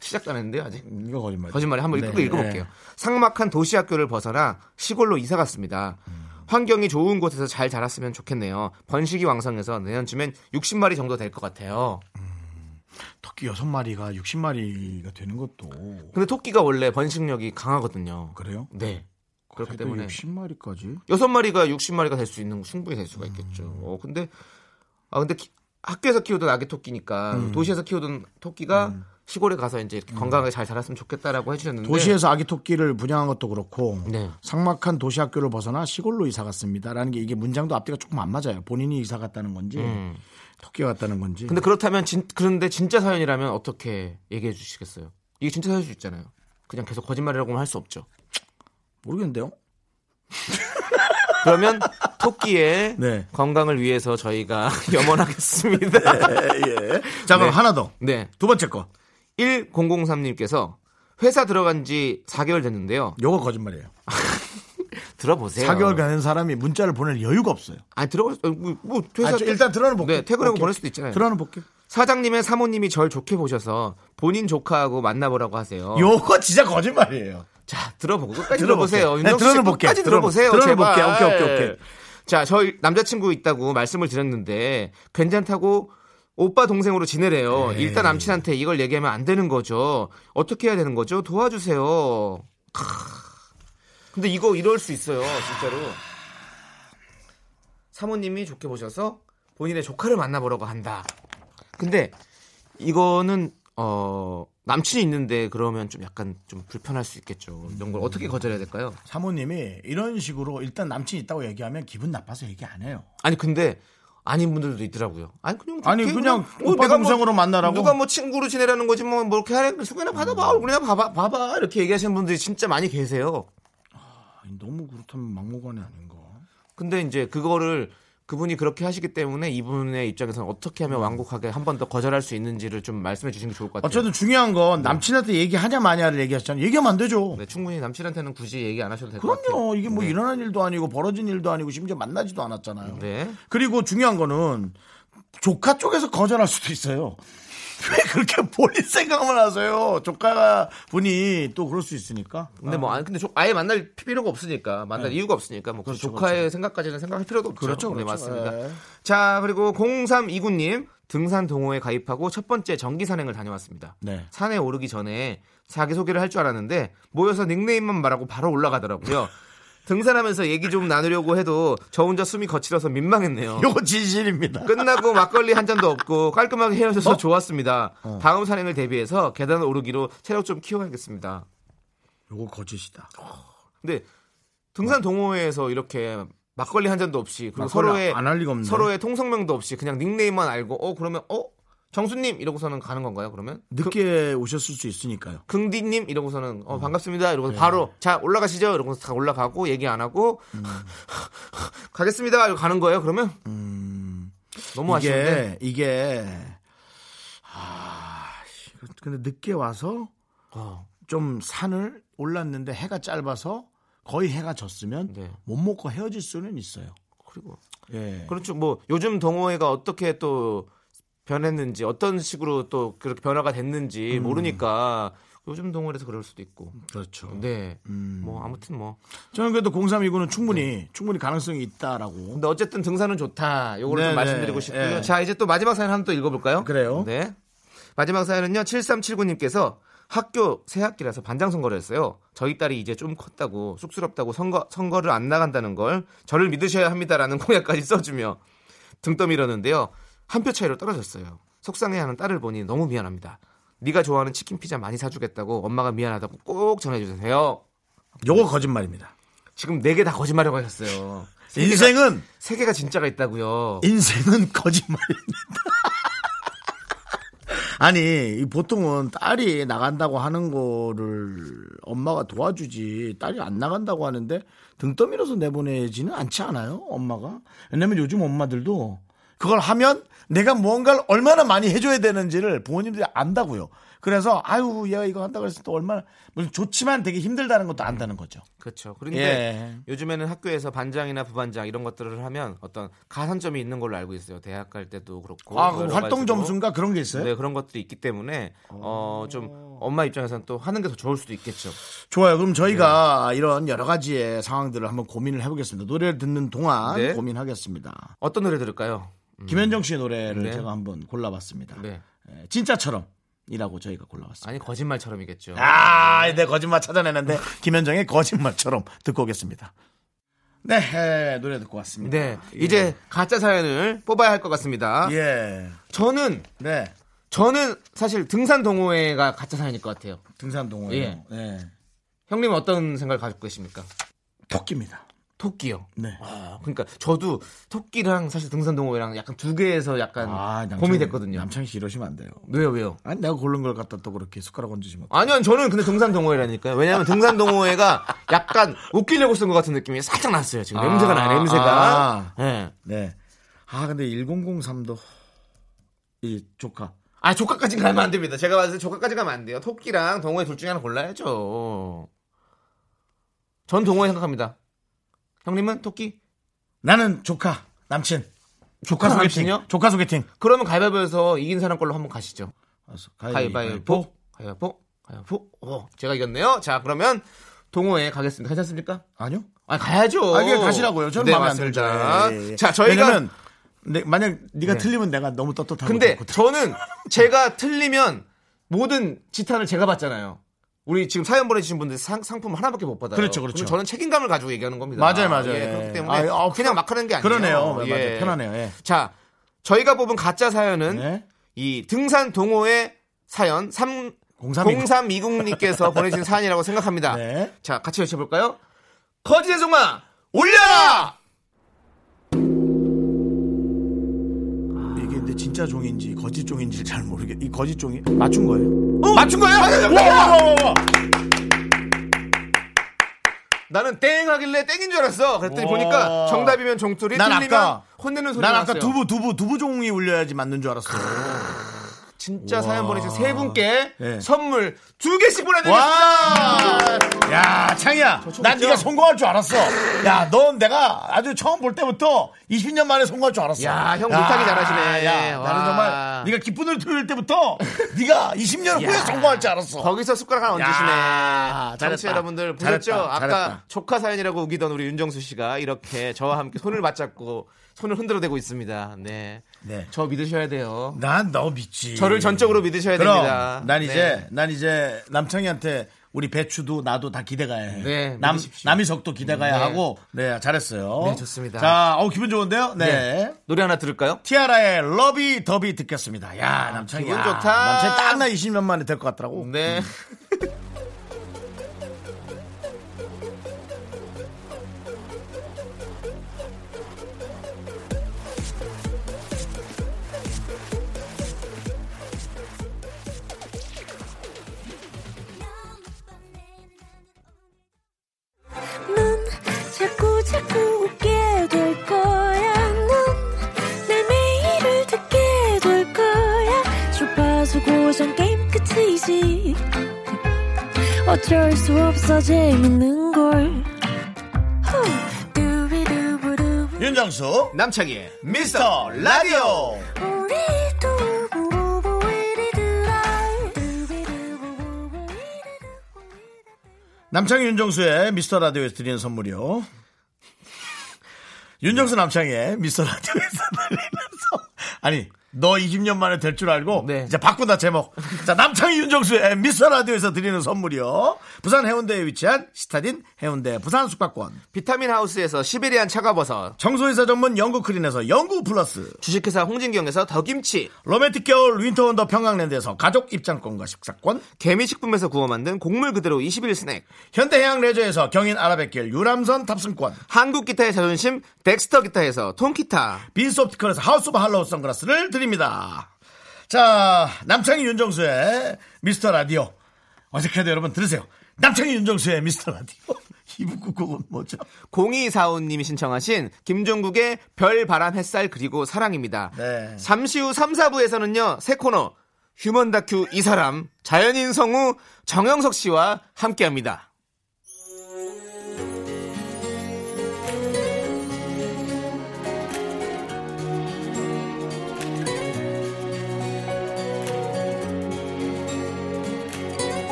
B: 시작도 안 했는데요, 아직.
A: 음, 이거 거짓말이에요.
B: 거짓말에 한번
A: 네,
B: 읽고 읽어볼게요.
A: 네.
B: 상막한 도시 학교를 벗어나 시골로 이사 갔습니다.
A: 음.
B: 환경이 좋은 곳에서 잘 자랐으면 좋겠네요. 번식이 왕성해서 내년쯤엔 60마리 정도 될 것 같아요.
A: 토끼 여섯 마리가 60마리가 되는 것도
B: 근데 토끼가 원래 번식력이 강하거든요.
A: 그래요?
B: 네. 그렇기
A: 그래도
B: 때문에
A: 60마리까지
B: 6마리가 60마리가 될 수 있는 충분히 될 수가 있겠죠.
A: 음.
B: 어, 근데 아 근데 키- 학교에서 키우던 아기 토끼니까
A: 음.
B: 도시에서 키우던 토끼가 시골에 가서 이제 이렇게 건강하게 잘 자랐으면 좋겠다라고 해주셨는데
A: 도시에서 아기 토끼를 분양한 것도 그렇고
B: 네.
A: 상막한 도시 학교를 벗어나 시골로 이사 갔습니다라는 게 이게 문장도 앞뒤가 조금 안 맞아요. 본인이 이사 갔다는 건지 토끼가 갔다는 건지.
B: 음. 근데 그렇다면 진, 그런데 진짜 사연이라면 어떻게 얘기해 주시겠어요? 이게 진짜 사연일 수 있잖아요. 그냥 계속 거짓말이라고만 할 수 없죠.
A: 모르겠는데요.
B: 그러면 토끼의
A: 네.
B: 건강을 위해서 저희가 염원하겠습니다.
A: 자 그럼
B: 네.
A: 하나 더.
B: 네.
A: 두 번째 거.
B: 1003님께서 회사 들어간 지 4개월 됐는데요.
A: 요거 거짓말이에요.
B: 들어보세요.
A: 4개월 가는 사람이 문자를 보낼 여유가 없어요.
B: 아니 들어가 뭐, 뭐 회사
A: 아, 저 일단 들어는 볼게요.
B: 네, 퇴근하고
A: 오케이.
B: 보낼 수도 있잖아요.
A: 들어는 볼게요.
B: 사장님의 사모님이 절 좋게 보셔서 본인 조카하고 만나보라고 하세요.
A: 요거 진짜 거짓말이에요.
B: 자, 들어보고 끝까지
A: 들어볼게요.
B: 들어보세요.
A: 네,
B: 윤정수 씨
A: 들어볼게요.
B: 끝까지 들어보세요.
A: 들어볼-
B: 제발.
A: 들어볼게요. 오케이, 오케이, 오케이.
B: 자, 저 남자친구 있다고 말씀을 드렸는데 괜찮다고 오빠 동생으로 지내래요.
A: 네.
B: 일단 남친한테 이걸 얘기하면 안 되는 거죠. 어떻게 해야 되는 거죠? 도와주세요. 크. 근데 이거 이럴 수 있어요, 진짜로. 사모님이 좋게 보셔서 본인의 조카를 만나보라고 한다. 근데 이거는 어 남친이 있는데 그러면 좀 약간 좀 불편할 수 있겠죠. 이런 걸 어떻게 거절해야 될까요?
A: 사모님이 이런 식으로 일단 남친 있다고 얘기하면 기분 나빠서 얘기 안 해요.
B: 아니 근데 아닌 분들도 있더라고요. 아니 그냥
A: 아니,
B: 좋게
A: 그냥 오빠
B: 내가
A: 동생으로 만나라고? 음.
B: 누가 뭐 친구로 지내라는 거지 뭐, 뭐 이렇게 하래 소개나 받아봐 얼굴이나 봐봐 봐봐 이렇게 얘기하시는 분들이 진짜 많이 계세요.
A: 아니, 너무 그렇다면 막무가내 아닌가.
B: 근데 이제 그거를 그분이 그렇게 하시기 때문에 이분의 입장에서는 어떻게 하면 완곡하게 한 번 더 거절할 수 있는지를 좀 말씀해 주시는 게 좋을 것 같아요.
A: 음. 어쨌든 중요한 건 남친한테 얘기하냐 마냐를 얘기하셨잖아요. 얘기하면 안 되죠.
B: 네, 충분히 남친한테는 굳이 얘기 안 하셔도 될 것 같아요.
A: 그럼요. 이게 뭐
B: 네.
A: 일어난 일도 아니고 벌어진 일도 아니고 심지어 만나지도 않았잖아요.
B: 네.
A: 그리고 중요한 거는 조카 쪽에서 거절할 수도 있어요. 왜 그렇게 본인 생각만 하세요? 조카 분이 또 그럴 수 있으니까.
B: 근데 뭐 아니 근데 조- 아예 만날 필요가 없으니까 만날 이유가 없으니까 뭐 그래서
A: 그렇죠,
B: 조카의 생각까지는 생각할 필요도 없죠.
A: 그렇죠,
B: 네,
A: 그렇죠.
B: 맞습니다.
A: 예.
B: 자 그리고 0329님 등산 동호회 가입하고 첫 번째 정기 산행을 다녀왔습니다.
A: 네.
B: 산에 오르기 전에 자기 소개를 할 줄 알았는데 모여서 닉네임만 말하고 바로 올라가더라고요. 등산하면서 얘기 좀 나누려고 해도 저 혼자 숨이 거칠어서 민망했네요.
A: 요거 진실입니다.
B: 끝나고 막걸리 한 잔도 없고 깔끔하게 헤어져서 좋았습니다. 다음 산행을 대비해서 계단 오르기로 체력 좀 키워야겠습니다.
A: 요거 거짓이다.
B: 근데 등산 동호회에서 이렇게 막걸리 한 잔도 없이 그리고
A: 막걸리
B: 서로의
A: 안할 리가 없네.
B: 서로의 통성명도 없이 그냥 닉네임만 알고 어 그러면 어 정수님 이러고서는 가는 건가요? 그러면
A: 늦게 오셨을 수 있으니까요.
B: 긍디님 이러고서는
A: 음.
B: 어 반갑습니다 이러고
A: 네.
B: 서 바로 자 올라가시죠 이러고서 다 올라가고 얘기 안 하고
A: 음.
B: 가겠습니다 이러고 가는 거예요 그러면 너무 아쉬운데
A: 음. 이게 이게 아, 씨, 근데 늦게 와서
B: 어,
A: 좀 산을 올랐는데 해가 짧아서 거의 해가 졌으면
B: 네.
A: 못 먹고 헤어질 수는 있어요.
B: 그리고
A: 예.
B: 그렇죠 뭐 요즘 동호회가 어떻게 또 변했는지 어떤 식으로 또 그렇게 변화가 됐는지
A: 음.
B: 모르니까 요즘 동호회에서 그럴 수도 있고
A: 그렇죠.
B: 네. 뭐 아무튼 뭐.
A: 저는 그래도 0329는 충분히 충분히 가능성이 있다라고.
B: 근데 어쨌든 등산은 좋다. 요거를
A: 네네.
B: 좀 말씀드리고 싶고요.
A: 예.
B: 자, 이제 또 마지막 사연 한번 또 읽어 볼까요?
A: 그래요.
B: 네. 마지막 사연은요. 7379 님께서 학교 새 학기라서 반장 선거를 했어요. 저희 딸이 이제 좀 컸다고 쑥스럽다고 선거 선거를 안 나간다는 걸 저를 믿으셔야 합니다라는 공약까지 써 주며 등 떠밀었는데요. 한 표 차이로 떨어졌어요. 속상해하는 딸을 보니 너무 미안합니다. 네가 좋아하는 치킨 피자 많이 사주겠다고 엄마가 미안하다고 꼭 전해주세요.
A: 요거 거짓말입니다.
B: 지금 네 개 다 거짓말이라고 하셨어요.
A: 인생은
B: 세 개가 진짜가 있다고요.
A: 인생은 거짓말입니다. 아니 이 보통은 딸이 나간다고 하는 거를 엄마가 도와주지 딸이 안 나간다고 하는데 등 떠밀어서 내보내지는 않지 않아요 엄마가 왜냐면 요즘 엄마들도 그걸 하면 내가 뭔가를 얼마나 많이 해줘야 되는지를 부모님들이 안다고요 그래서 아유 얘가 이거 한다고 해서 또 얼마나 물론 좋지만 되게 힘들다는 것도 안다는 거죠
B: 그렇죠. 그런데
A: 예.
B: 요즘에는 학교에서 반장이나 부반장 이런 것들을 하면 어떤 가산점이 있는 걸로 알고 있어요. 대학 갈 때도 그렇고.
A: 아 그럼
B: 여러
A: 활동
B: 가지로.
A: 점수인가 그런 게 있어요
B: 네, 그런 것들이 있기 때문에 어, 좀 엄마 입장에서는 또 하는 게 더 좋을 수도 있겠죠.
A: 좋아요. 그럼 저희가
B: 네.
A: 이런 여러 가지의 상황들을 한번 고민을 해보겠습니다. 노래를 듣는 동안
B: 네.
A: 고민하겠습니다.
B: 어떤 노래 들을까요? 음,
A: 김현정 씨의 노래를
B: 네.
A: 제가 한번 골라봤습니다.
B: 네.
A: 에, 진짜처럼이라고 저희가 골라봤습니다.
B: 아니 음. 거짓말처럼이겠죠.
A: 아, 내 거짓말 찾아내는데 김현정의 거짓말처럼 듣고 오겠습니다. 네, 에, 노래 듣고 왔습니다.
B: 네. 이제 가짜 사연을 뽑아야 할 것 같습니다.
A: 예,
B: 저는
A: 네,
B: 저는 사실 등산 동호회가 가짜 사연일 것 같아요.
A: 등산 동호회.
B: 예.
A: 예,
B: 형님 은 어떤 생각을 가지고 계십니까?
A: 토끼입니다.
B: 토끼요.
A: 네.
B: 아, 그러니까 저도 토끼랑 사실 등산 동호회랑 약간 두 개에서 약간
A: 아, 남창-
B: 고민이 됐거든요.
A: 남창희 씨 이러시면 안 돼요.
B: 왜요, 왜요?
A: 아니, 내가 고른 걸 갖다 또 그렇게 숟가락 얹으시면.
B: 아니요, 저는 근데 등산 동호회라니까요. 왜냐하면 등산 동호회가 약간 웃기려고 쓴 것 같은 느낌이 살짝 났어요. 지금 냄새가 나, 냄새가.
A: 아.
B: 예. 아,
A: 네. 아 근데 1003도 이 조카.
B: 아, 조카까지 가면 안 됩니다. 제가 봤을 때 조카까지 가면 안 돼요. 토끼랑 동호회 둘 중에 하나 골라야죠. 전 동호회 생각합니다. 형님은 토끼?
A: 나는 조카 남친.
B: 조카 남친이요?
A: 조카 소개팅.
B: 그러면 가위바위보에서 이긴 사람 걸로 한번 가시죠. 가위바위보 가위바위보 가위바위보 오, 제가 이겼네요 자 그러면 동호회 가겠습니다 괜찮습니까?
A: 아니요.
B: 아 가야죠
A: 아 이게 가시라고요. 저는
B: 네,
A: 마음에
B: 맞습니다.
A: 안 들죠. 예, 예.
B: 자 저희가
A: 왜냐면 내- 만약 네가 틀리면 내가 너무 떳떳하고.
B: 근데
A: 그렇거든.
B: 저는 제가 틀리면 모든 지탄을 제가 받잖아요 우리 지금 사연 보내주신 분들 상, 상품 하나밖에 못 받아요
A: 그렇죠, 그렇죠.
B: 그럼 저는 책임감을 가지고 얘기하는 겁니다
A: 맞아요, 맞아요.
B: 예,
A: 예.
B: 그렇기 때문에
A: 아, 아,
B: 그냥 막 하는 게 아니에요
A: 그러네요.
B: 예. 음?
A: 맞아요. 편하네요. 예.
B: 자 저희가 뽑은 가짜 사연은
A: 네.
B: 이 등산 동호회 사연 3
A: 0329.
B: 0320님께서 보내신 사연이라고 생각합니다.
A: 네.
B: 자, 같이 외쳐볼까요? 거지의 송아 올려라!
A: 이게 근데 진짜 종인지 거짓 종인지 잘 모르겠. 이 거짓 종이 맞춘 거예요.
B: 맞춘 거예요?
A: 와와와와.
B: 나는 땡 하길래 땡인 줄 알았어. 그랬더니
A: 와.
B: 보니까 정답이면 종소리,
A: 난
B: 틀리면
A: 아까-
B: 혼내는 소리
A: 난
B: 가
A: 아까 두부 두부 두부 종이 울려야지 맞는 줄 알았어.
B: 진짜
A: 와.
B: 사연 보내신 세 분께
A: 네.
B: 선물 두 개씩 보내드리겠습니다.
A: 와! 야, 창이야. 난 네가 성공할 줄 알았어. 야, 넌 내가 아주 처음 볼 때부터 20년 만에 성공할 줄 알았어.
B: 야, 형 못하게 잘하시네.
A: 야, 나는
B: 와.
A: 정말 네가 기쁜 을 들을 때부터 네가 20년 후에 성공할 줄 알았어.
B: 거기서 숟가락 하나
A: 야,
B: 얹으시네.
A: 잘했다.
B: 정치 여러분들 보셨죠?
A: 잘했다,
B: 아까
A: 잘했다.
B: 조카 사연이라고 우기던 우리 윤정수 씨가 이렇게 저와 함께 손을 맞잡고 손을 흔들어대고 있습니다. 네.
A: 네.
B: 저 믿으셔야 돼요.
A: 난 너 믿지.
B: 저를 전적으로 믿으셔야
A: 그럼
B: 됩니다.
A: 난
B: 네.
A: 이제 난 이제 남창이한테 우리 배추도 나도 다 기대가야 해.
B: 네,
A: 남
B: 믿으십시오.
A: 남이석도 기대가야
B: 네.
A: 하고 네 잘했어요.
B: 네, 좋습니다.
A: 자, 어 기분 좋은데요? 네.
B: 노래 하나 들을까요?
A: 티아라의 러비 더비 듣겠습니다. 야 남창이
B: 기분
A: 야,
B: 좋다.
A: 남창이 딱나 20년 만에 될 것 같더라고.
B: 네.
D: 넌 자꾸 자꾸 웃게 될 거야. 넌내 매일을 듣게 될 거야. 주파수 고정 게임 끝이지. 어쩔 수 없어 재밌는 걸. 후. 두비두부두.
A: 윤정수
B: 남창희의
A: 미스터 라디오.
D: 우리 두부부부 우리들아. 두비두부부부 우리들아.
A: 남창희 윤정수의 미스터 라디오에서 드리는 선물이요. 윤정수 남창희의 미스터 라디오에서 드리는 선물. 아니, 너 20년 만에 될 줄 알고
B: 네.
A: 이제 바꾼다 제목. 자, 남창희 윤정수의 미스터 라디오에서 드리는 선물이요. 부산 해운대에 위치한 시타딘 해운대 부산 숙박권.
B: 비타민 하우스에서 시베리안 차가버섯,
A: 청소이사 전문 영국 크린에서 영국 플러스.
B: 주식회사 홍진경에서 더김치,
A: 로맨틱 겨울 윈터 원더 평강랜드에서 가족 입장권과 식사권.
B: 개미식품에서 구워 만든 곡물 그대로 21 스낵,
A: 현대해양 레저에서 경인 아라뱃길 유람선 탑승권.
B: 한국 기타의 자존심, 덱스터 기타에서 통기타,
A: 빈소프티컬에서 하우스 오브 할로우 선글라스를 드립니다. 자, 남창희 윤정수의 미스터 라디오. 어색해도 여러분 들으세요. 남창희 윤정수의 미스터 라디오. 이부 끝곡은 뭐죠?
B: 0245님이 신청하신 김종국의 별, 바람, 햇살, 그리고 사랑입니다.
A: 네.
B: 잠시 후 3, 4부에서는요, 새 코너, 휴먼 다큐 이 사람, 자연인 성우 정영석 씨와 함께 합니다.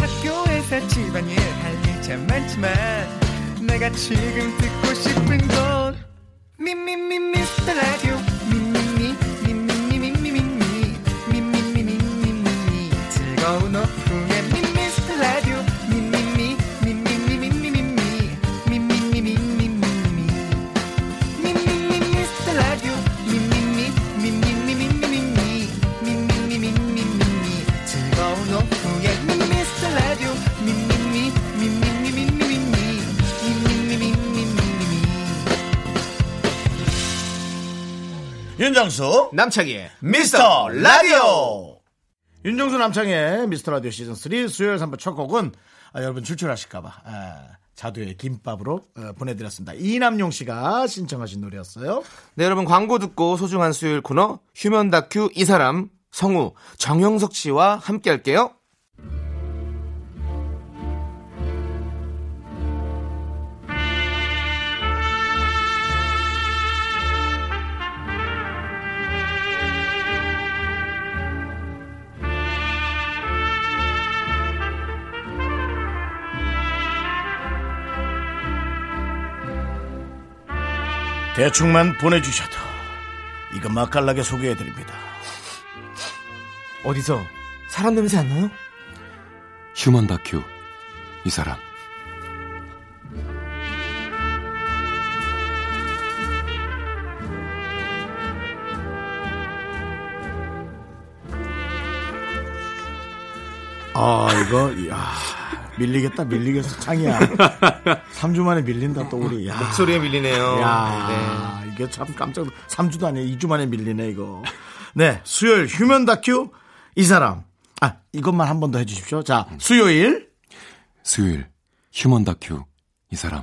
C: 학교에서 집안일 할 일 참 많지만 내가 지금 듣고 싶은 건 미미미 미스터 라디오 미미미 미미미 미미미 미미미 미미미 즐거운 오후에 미스터 라디오 미미미 미미미 미미미 미미미 미미미
A: 윤정수
B: 남창희의
A: 미스터 라디오. 윤정수 남창의 미스터 라디오 시즌 3 수요일 3부 첫 곡은 아, 여러분 출출하실까봐 아, 자두의 김밥으로 어, 보내드렸습니다. 이남용 씨가 신청하신 노래였어요.
B: 네, 여러분 광고 듣고 소중한 수요일 코너 휴먼 다큐 이 사람, 성우 정영석 씨와 함께 할게요.
A: 대충만 보내주셔도 이거 맛깔나게 소개해드립니다.
B: 어디서 사람 냄새 안 나요?
G: 휴먼 다큐 이 사람
A: 아 이거 야 밀리겠다 밀리겠어 창이야. 3주 만에 밀린다 또 우리. 야,
B: 목소리에 밀리네요. 네.
A: 야 이게 참 깜짝. 3주도 아니야 2주 만에 밀리네 이거. 네 수요일 휴면 다큐 이 사람. 아 이것만 한 번 더 해주십시오. 자 수요일
G: 수요일 휴먼 다큐 이 사람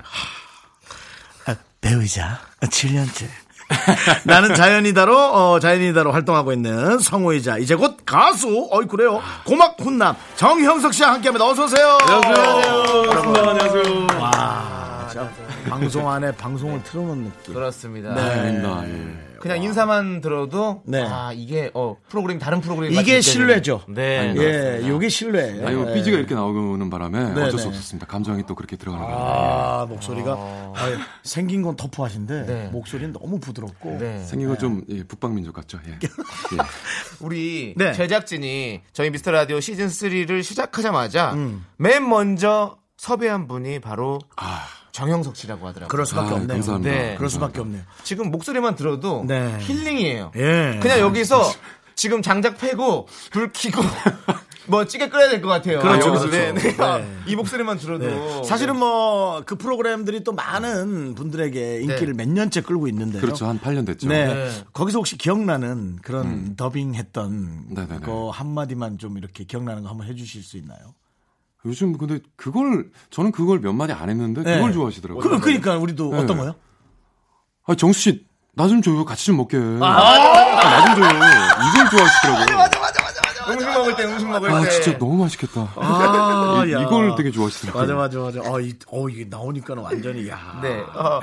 A: 배우자 아, 7년째. 나는 자연이다로 어, 자연이다로 활동하고 있는 성우이자 이제 곧 가수 어이 그래요 고막 훈남 정형석 씨와 함께합니다 어서 오세요.
F: 반갑습니다. 안녕하세요.
A: 와, 진짜 방송 안에 방송을 틀어놓은 느낌.
B: 그렇습니다.
G: 아닙니다. 예.
B: 그냥 인사만 들어도
A: 네.
B: 아 이게 어 프로그램 다른 프로그램
A: 이게
B: 같은
A: 신뢰죠.
B: 느낌이네요. 네.
G: 아니,
A: 예, 요게 신뢰예요.
G: 아니 뭐
A: 예.
G: 삐지가 이렇게 나오는 바람에
A: 네,
G: 어쩔
A: 네.
G: 수 없었습니다. 감정이 또 그렇게 들어가는 거예요.
A: 아 목소리가 아니, 생긴 건 터프하신데
B: 네.
A: 목소리는 너무 부드럽고
B: 네.
G: 생긴 거 좀 북방민족 같죠. 예. 예.
A: 그렇죠.
B: 우리
A: 네.
B: 제작진이 저희 미스터 라디오 시즌 3를 시작하자마자
A: 음.
B: 맨 먼저 섭외한 분이 바로 정영석 씨라고 하더라고요.
A: 아. 그럴 수밖에
G: 아,
A: 없네요.
G: 감사합니다.
B: 네.
A: 그럴 수밖에 없네요.
B: 지금 목소리만 들어도
A: 네.
B: 힐링이에요.
A: 예.
B: 그냥 여기서 지금 장작 패고 불 켜고 뭐 찌개 끓여야 될 것 같아요.
A: 그렇죠,
B: 아, 여기서.
A: 그렇죠.
B: 네, 네. 아,
A: 네.
B: 이 목소리만 들어도
A: 네. 사실은 뭐 그 프로그램들이 또 많은 분들에게 인기를 몇 년째 끌고 있는데요.
G: 그렇죠. 한 8년 됐죠.
A: 네. 거기서 혹시 기억나는 그런 더빙했던
G: 음. 네네네.
A: 그 한마디만 좀 이렇게 기억나는 거 한번 해주실 수 있나요?
G: 요즘 근데 그걸 저는 그걸 몇 마디 안 했는데 그걸
A: 네.
G: 좋아하시더라고요.
A: 그, 그러니까 우리도
G: 네.
A: 어떤 거요?
G: 아 정수 씨 나 좀 줘요. 같이 좀 먹게.
A: 아.
G: 나 좀 줘요. 이걸 좋아하시더라고요.
B: 네. 음식 먹을 때 음식 먹을 때
G: 아
A: 뭐-
G: 진짜 너무 맛있겠다.
A: 아,
G: 이-
A: 야.
G: 이걸 되게 좋아하시더라고요.
A: 맞아, 맞아, 맞아. 어, 이, 어, 이게 나오니까 완전히, 야.
B: 네. 어,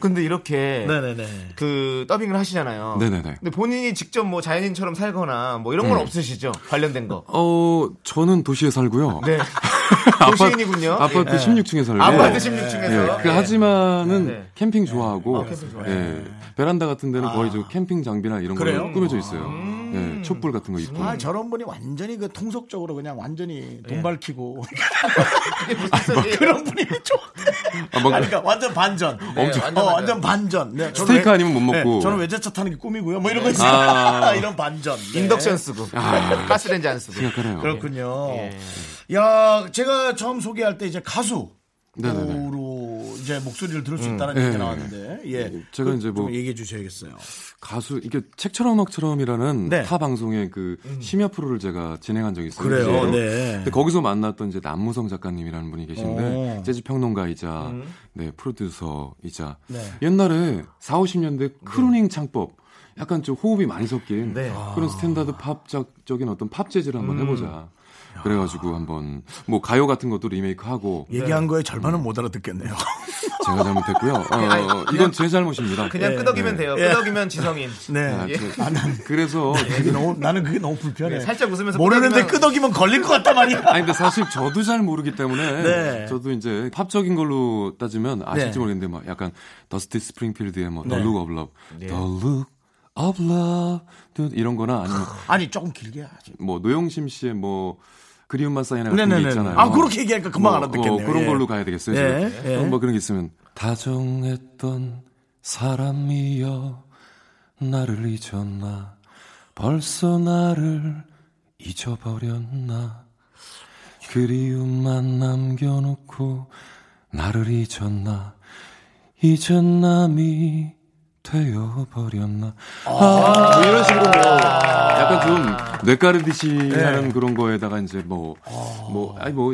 B: 근데 이렇게
A: 네네네.
B: 그 더빙을 하시잖아요.
G: 네네네.
B: 근데 본인이 직접 뭐 자연인처럼 살거나 뭐
A: 음.
B: 이런 건 없으시죠? 관련된 거.
G: 어 저는 도시에 살고요.
B: 네. 도시인이군요.
G: 아파트 그
A: 네.
G: 16층에 살고.
B: 아파트
G: 예.
B: 16층에서.
G: 그 하지만은
B: 네.
G: 캠핑 좋아하고 예. 베란다 같은 데는 거의 저 캠핑 장비나 이런
A: 아. 그래요? 음.
G: 거 꾸며져 있어요. 예. 촛불 같은 거 있고.
A: 아, 저런 분이 완전히 그 통속적으로 그냥 완전히
G: 예.
A: 돈 밝히고. 그러니까
B: 아,
A: 그런 분이 좀.
G: 아, 막-
A: 그러니까 완전 반전.
G: 엄청-
A: 완전, 어, 완전 반전. 네, 저는
G: 네, 스테이크
A: 외-
G: 아니면 못 먹고.
A: 네, 저는 외제차 타는 게 꿈이고요. 뭐 이런 거 있어요.
G: 아.
A: 이런 반전. 네.
B: 인덕션 쓰고 네. 가스레인지 안 쓰고.
G: 생각하네요.
A: 그렇군요.
G: 예.
A: 야, 제가 처음 소개할 때 이제 가수.
G: 네네네.
A: 로 이제 목소리를 들을 수 있다는 얘기가
G: 네.
A: 나왔는데, 예,
G: 제가 이제 뭐-
A: 좀 얘기해 주셔야겠어요.
G: 가수 이게 책처럼 음악처럼이라는
A: 네. 음.
G: 타 방송의 그 심야 프로를 제가 진행한 적이 있어요.
A: 그래요?
G: 실제로.
A: 네.
G: 근데 거기서 만났던 이제 남무성 작가님이라는 분이 계신데
B: 어.
A: 오.
G: 재즈 평론가이자
B: 음.
G: 네 프로듀서이자
A: 네.
G: 옛날에 4,
B: 네.
G: 50년대 크루닝 창법 약간 좀 호흡이 많이 섞인
B: 아.
G: 그런 스탠다드 팝적인 어떤 팝 재즈를
B: 음.
G: 한번 해보자. 그래가지고 한번 뭐 가요 같은 것도 리메이크하고
B: 예.
A: 얘기한 거에 절반은 못 알아듣겠네요.
G: 제가 잘못했고요. 어, 이건 제 잘못입니다.
B: 예.
G: 예.
B: 그냥 끄덕이면 돼요. 예. 끄덕이면 지성인.
A: 네.
G: 아, 저- 그래서
A: 이게 너무- 나는 그게 너무 불편해.
B: 네, 살짝 웃으면서
A: 모르는데
B: 끄덕이면-
A: 끄덕이면 걸릴 것 같단 말이야.
G: 아니 근데 사실 저도 잘 모르기 때문에
A: 네.
G: 저도 이제 팝적인 걸로 따지면 아실지
A: 네.
G: 모르겠는데 막 약간 더스티 스프링필드의 뭐
A: 네.
G: The Look of Love, The Look of Love 또 이런 거나 아니면
A: 아니 조금 길게 하지.
G: 뭐 노영심 씨의 뭐 그리움만 쌓이나 같은
A: 네네네.
G: 게 있잖아요.
A: 아 그렇게 얘기하니까 금방
G: 뭐,
A: 알아듣겠네요.
G: 뭐 그런
A: 예.
G: 걸로 가야 되겠어요.
A: 예,
G: 지금?
A: 예.
G: 그럼 뭐 그런 게 있으면 다정했던 사람이여 나를 잊었나 벌써 나를 잊어버렸나 그리움만 남겨놓고 나를 잊었나 이젠 남이 되어버렸나 아, 뭐 이런 식으로 뭐 약간 좀 뇌까르듯이
A: 네.
G: 하는 그런 거에다가 이제 뭐 뭐 아니 뭐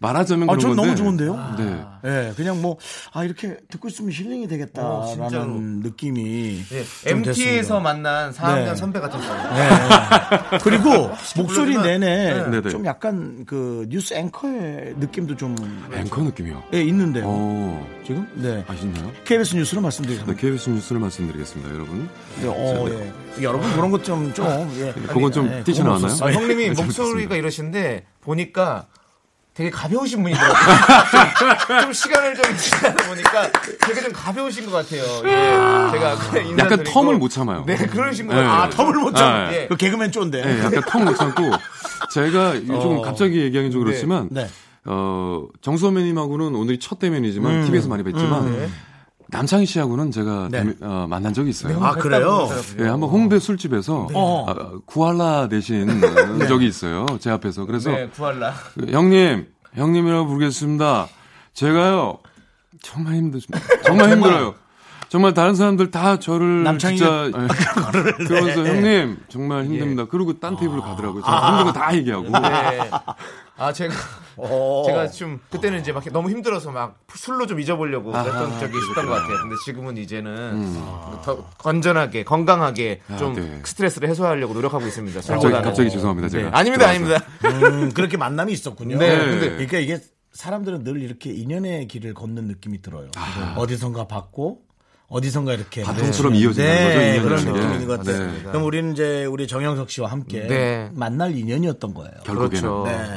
G: 말하자면
A: 아,
G: 그런
A: 전
G: 건데
A: 너무 좋은데요?
G: 네.
A: 예, 그냥 뭐, 아, 이렇게 듣고 있으면 힐링이
B: 어, 진짜로.
A: 되겠다라는 느낌이.
B: 네,
A: 좀
B: MT에서
A: 됐습니다.
B: 만난 4학년
A: 네.
B: 선배 같았어요.
A: 예. 그리고 목소리
B: 부르지만-
A: 내내
G: 네.
A: 좀 약간 그 뉴스 앵커의 느낌도 좀
G: 앵커 느낌이요.
A: 예, 있는데요.
G: 어,
A: 지금? 네.
G: 아, 있나요?
A: KBS 뉴스로 말씀드리겠습니다.
G: 네, KBS 뉴스를 말씀드리겠습니다, 여러분.
A: 네, 어, 예. 여러분 그런 것 좀, 좀, 예.
G: 그건 좀
A: 예, 그건
G: 뛰쳐나왔나요?
A: 없었어요.
B: 아, 형님이
G: 잘
B: 목소리가
G: 듣습니다.
B: 이러신데 보니까 되게 가벼우신 분이더라고요. 좀, 좀 시간을 좀 지나다 보니까 되게 좀 가벼우신 것 같아요. 예, 제가 아까 인사드리고.
G: 약간 텀을 못 참아요.
B: 네, 그러신 거
G: 네.
B: 같아요.
A: 아, 텀을 못 참.
B: 예.
A: 그 개그맨 쫀데.
G: 네, 약간 턱 못 참고 제가 조금 갑자기 얘기하기 좀 그렇지만
A: 어. 네.
G: 어, 정수 선배님하고는 오늘이 첫 대면이지만 TV에서 많이 뵀지만 남창희 씨하고는 제가
A: 음. 네.
G: 대면- 어, 만난 적이 있어요.
A: 아, 그래요?
G: 예, 한번 홍대 술집에서
A: 어. 네.
G: 아, 구할라 대신 적이 있어요. 제 앞에서. 그래서
B: 네, 구할라.
G: 그, 형님, 형님이라고 부르겠습니다. 제가요, 정말 힘들습니다. 정말 힘들어요. 정말 다른 사람들 다 저를
A: 남창희가-
G: 진짜 예.
B: 아,
A: 네.
G: 그러면서 형님 정말
A: 예.
G: 힘듭니다. 그리고 딴 테이블로 가더라고요.
A: 아.
G: 제가 힘든 거 다 얘기하고.
B: 네. 아 제가
A: 어.
G: 어.
B: 제가 좀 그때는 이제 막 너무 힘들어서 막 술로 좀 잊어보려고
G: 아,
B: 그랬던 적이 있었던 것 같아요. 근데 지금은 이제는 더 건전하게 건강하게 좀
G: 음. 네.
B: 스트레스를 해소하려고 노력하고 있습니다.
G: 갑자기,
B: 술보다는.
G: 갑자기 죄송합니다.
B: 네.
G: 제가
B: 아닙니다, 아닙니다.
A: 음, 그렇게 만남이 있었군요.
B: 네,
G: 근데-
A: 그러니까 이게 사람들은 늘 이렇게 인연의 길을 걷는 느낌이 들어요. 어디선가 받고 어디선가 이렇게
G: 아, 바통처럼 이어지는
A: 네,
G: 거죠.
A: 그런
G: 인연이라는 게.
A: 느낌인 것 같아요.
G: 네.
A: 그럼 우리는 이제 우리 정영석 씨와 함께
B: 네.
A: 만날 인연이었던 거예요.
G: 결국에는
B: 그렇죠.
A: 네,
B: 네.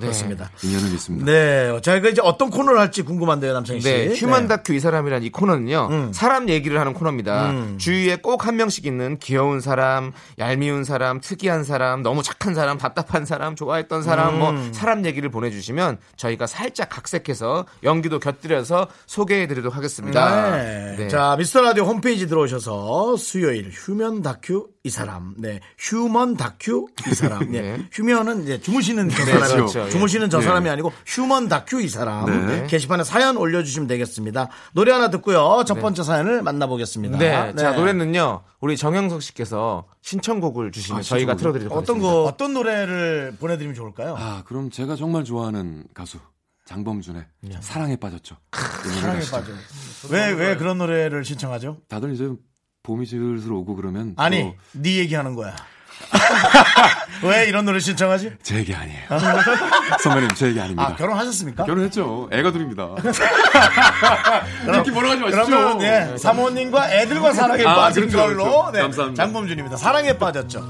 A: 그렇습니다.
G: 인연은 있습니다.
A: 네, 저희가 이제 어떤 코너를 할지 궁금한데요, 남창희 씨.
B: 네, 음. 휴먼
A: 네.
B: 다큐 이 사람이란 이 코너는요, 사람 얘기를 하는 코너입니다. 주위에 꼭 한 명씩 있는 귀여운 사람, 얄미운 사람, 특이한 사람, 너무 착한 사람, 답답한 사람, 좋아했던 사람, 뭐, 사람 얘기를 보내주시면 저희가 살짝 각색해서 연기도 곁들여서 소개해드리도록 하겠습니다.
A: 네.
B: 네.
A: 자, 미스터 라디오 홈페이지 들어오셔서 수요일 휴면 다큐 이 사람. 네. 휴먼 다큐 이 사람. 네.
B: 네.
A: 휴면은 이제 주무시는 저 사람.
B: 그렇죠. 예.
A: 주무시는 저
G: 네.
A: 사람이 아니고 휴먼 다큐 이 사람.
G: 네.
A: 게시판에 사연 올려 주시면 되겠습니다. 노래 하나 듣고요. 첫 번째 사연을 만나 보겠습니다.
B: 네, 자, 노래는요, 우리 정영석 씨께서 아, 신청곡을 주시면 저희가 틀어드리도록
A: 어떤
B: 하겠습니다.
A: 거 어떤 노래를 보내 드리면 좋을까요?
G: 아, 그럼 제가 정말 좋아하는 가수 장범준의 사랑에 빠졌죠. 이 노래
A: 네. 사랑에
G: 아시죠?
A: 빠져. 왜 왜 그런 노래를 신청하죠?
G: 다들 이제 봄이 슬슬 오고 그러면
B: 어.
A: 아니, 네 얘기하는 거야. 왜 이런 노래 신청하지?
G: 또 제 얘기 아니에요. 선배님 제 얘기 아닙니다.
B: 네.
A: 아, 결혼하셨습니까?
G: 결혼했죠. 애가 둘입니다. 이렇게 뭐라 하지 마시죠.
A: 그러면 네, 사모님과 애들과 사랑에
G: 아,
A: 빠진
G: 그렇죠,
A: 걸로
G: 그렇죠.
A: 네,
G: 감사합니다.
A: 장범준입니다. 사랑에 빠졌죠.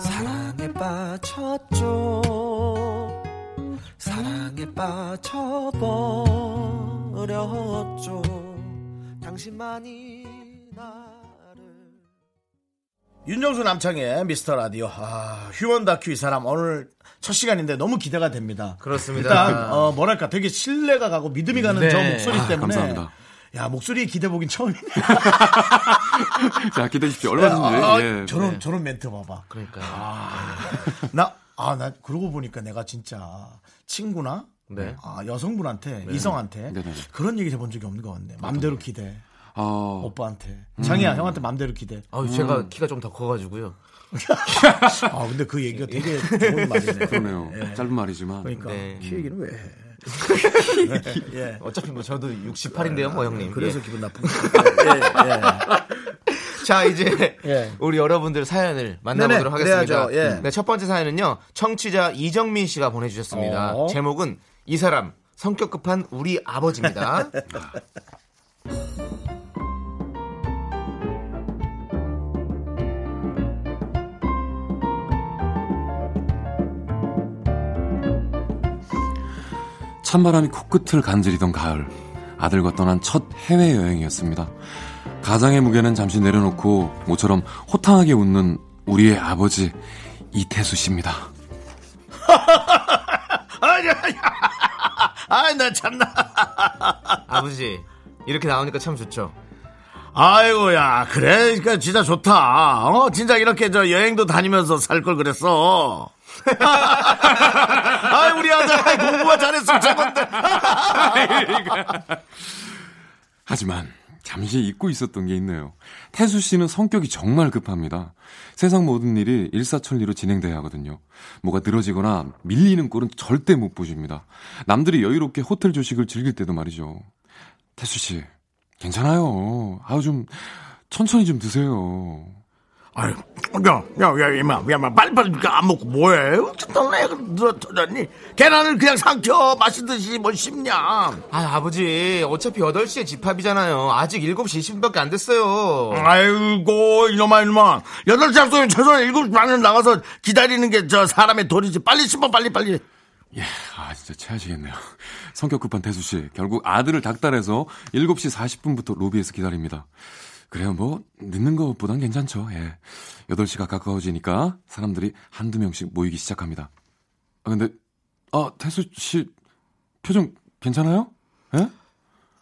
C: 사랑에 빠졌죠 사랑에 빠져버렸죠 당신만이 나를
A: 윤정수 남창의 미스터 라디오 아, 휴먼 다큐 이 사람 오늘 첫 시간인데 너무 기대가 됩니다.
B: 그렇습니다.
A: 일단 어, 뭐랄까 되게 신뢰가 가고 믿음이 가는
B: 네.
A: 저 목소리
G: 아,
A: 때문에
G: 감사합니다.
A: 야 목소리 기대 보긴 처음이네.
G: 자 기다리십시오.
A: 아,
G: 얼마든지. 예.
A: 저런 저런 멘트 봐봐. 아,
B: 그러니까.
A: 나 아 나 그러고 보니까 내가 진짜 친구나
B: 네.
A: 아, 여성분한테 이성한테
G: 네, 네, 네.
A: 그런 얘기 해본 적이 없는 것 같네. 맘대로 기대.
G: 어,
A: 오빠한테 장이야 형한테 맘대로 기대.
B: 아유, 제가 키가 좀 더 커가지고요.
A: 아 근데 그 얘기가 되게 좋은 말이네.
G: 그러네요.
A: 예.
G: 짧은 말이지만
A: 그러니까
B: 네.
A: 키 얘기는 왜 해? 예.
B: 어차피 뭐 저도 68인데요, 뭐 형님.
A: 아, 그래서
B: 예.
A: 기분 나쁜 거. 예, 예.
B: 자 이제
A: 예.
B: 우리 여러분들 사연을 만나보도록
A: 네네,
B: 하겠습니다.
A: 그래야죠, 예.
B: 음. 네, 첫 번째 사연은요 청취자 이정민 씨가 보내주셨습니다.
A: 어.
B: 제목은 이 사람 성격 급한 우리 아버지입니다.
G: 찬바람이 코끝을 간지리던 가을 아들과 떠난 첫 해외여행이었습니다. 가장의 무게는 잠시 내려놓고 모처럼 호탕하게 웃는 우리의 아버지 이태수 씨입니다.
A: 아나 참나.
B: 아버지 이렇게 나오니까 참 좋죠.
A: 아이고야 그래 그러니까 진짜 좋다. 어 진짜 이렇게 저 여행도 다니면서 살 걸 그랬어. 아 우리 아들 아이, 공부만 잘했으면 최고인데.
G: 하지만 잠시 잊고 있었던 게 있네요. 태수 씨는 성격이 정말 급합니다. 세상 모든 일이 일사천리로 진행돼야 하거든요. 뭐가 늘어지거나 밀리는 꼴은 절대 못 보십니다. 남들이 여유롭게 호텔 조식을 즐길 때도 말이죠. 태수 씨, 괜찮아요. 아우 좀 천천히 좀 드세요.
A: 아유 야야야 이마 야마 빨리빨리 그거 안 먹고 뭐해? 어쩌다네 늘어터졌니? 계란을 그냥 삼켜 마시듯이 뭐 뭘 씹냐?
B: 아 아버지 어차피 8시에 집합이잖아요. 아직 7시 20분밖에 안 됐어요.
A: 아이고 이놈아 이놈아 여덟 시 앞서면 최소한 일곱 시 반에 나가서 기다리는 게 저 사람의 도리지 빨리 씹어 빨리 빨리
G: 예, 아 진짜 체하시겠네요. 성격 급한 태수 씨, 결국 아들을 닥달해서 7시 40분부터 로비에서 기다립니다. 그래요, 뭐 늦는 것보단 괜찮죠. 예. 8시가 가까워지니까 사람들이 한두 명씩 모이기 시작합니다. 아 근데 아, 태수 씨 표정 괜찮아요? 예?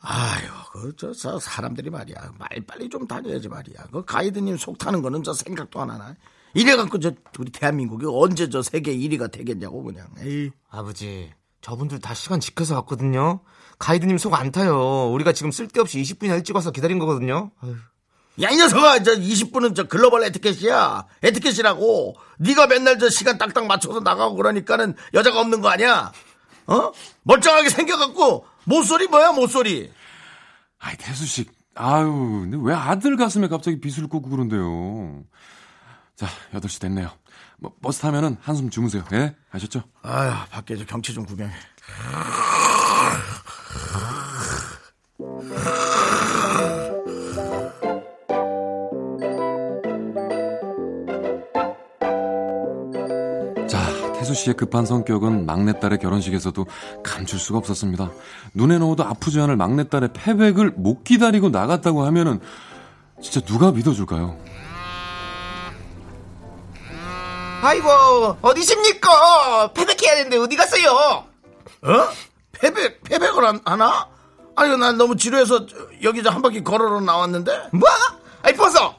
A: 아유 그저 저 사람들이 말이야 말 빨리 좀 다녀야지 말이야 그 가이드님 속 타는 거는 저 생각도 안 하나 이래 갖고 저 우리 대한민국이 언제 저 세계 1위가 되겠냐고 그냥. 에이.
B: 아버지, 저분들 다 시간 지켜서 왔거든요. 가이드님 속 안 타요. 우리가 지금 쓸데없이 20분이나 일찍 와서 기다린 거거든요. 아유,
A: 야, 이 녀석아, 저 20분은 저 글로벌 에티켓이야. 에티켓이라고. 네가 맨날 저 시간 딱딱 맞춰서 나가고 그러니까는 여자가 없는 거 아니야? 어? 멀쩡하게 생겨갖고, 모쏠이 뭐야, 모쏠이?
G: 아이 태수 씨, 아유, 근데 왜 아들 가슴에 갑자기 빗을 꽂고 그런데요? 자, 8시 됐네요. 뭐, 버스 타면은 한숨 주무세요. 예? 아셨죠?
A: 아휴, 밖에 저 경치 좀 구경해.
G: 자, 태수 씨의 급한 성격은 막내딸의 결혼식에서도 감출 수가 없었습니다. 눈에 넣어도 아프지 않을 막내딸의 패백을 못 기다리고 나갔다고 하면은 진짜 누가 믿어줄까요?
B: 아이고, 어디십니까? 패백해야 되는데 어디 갔어요?
A: 어? 패백, 패백을 안- 하나? 아니, 난 너무 지루해서 저- 여기 저 한 바퀴 걸으러 나왔는데?
B: 뭐? 아이, 벌써!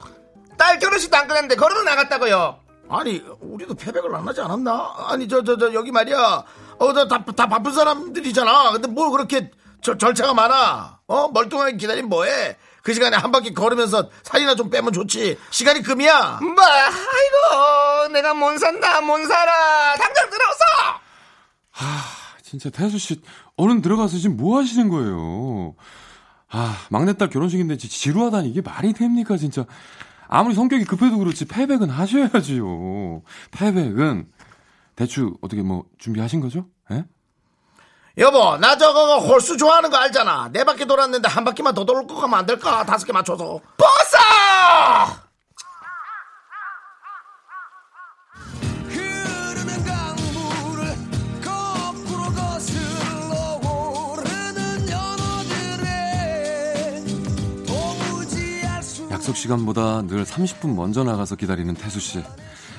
B: 딸 결혼식도 안 끝났는데 걸으러 나갔다고요.
A: 아니, 우리도 패백을 안 하지 않았나? 아니, 저, 저, 저, 여기 말이야. 어, 저 다, 다 바쁜 사람들이잖아. 근데 뭘 그렇게 저, 절차가 많아? 어? 멀뚱하게 기다리면 뭐해? 그 시간에 한 바퀴 걸으면서 살이나 좀 빼면 좋지. 시간이 금이야.
B: 뭐? 아이고, 내가 못 산다, 못 살아. 당장 들어서!
G: 아, 진짜 태수 씨 얼른 들어가서 지금 뭐 하시는 거예요? 아 막내딸 결혼식인데 지- 지루하다니 이게 말이 됩니까 진짜? 아무리 성격이 급해도 그렇지 패백은 하셔야지요. 패백은 대충 어떻게 뭐 준비하신 거죠? 예?
A: 여보, 나 저거 홀수 좋아하는 거 알잖아. 네 바퀴 돌았는데 한 바퀴만 더 돌고 가면 안 될까? 다섯 개 맞춰서. 버스!
C: 흐르는 강물을 거꾸로 거슬러 오르는 연어들의 도무지 알수
G: 약속 시간보다 늘 30분 먼저 나가서 기다리는 태수 씨.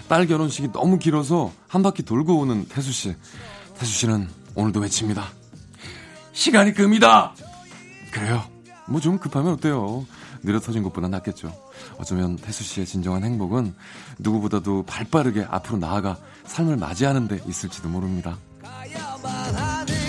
G: 딸 결혼식이 너무 길어서 한 바퀴 돌고 오는 태수 씨. 태수 씨는 오늘도 외칩니다. 시간이 금이다. 그래요. 뭐 좀 급하면 어때요? 느려터진 것보다 낫겠죠. 어쩌면 태수 씨의 진정한 행복은 누구보다도 발빠르게 앞으로 나아가 삶을 맞이하는 데 있을지도 모릅니다.
C: 가야만 하는지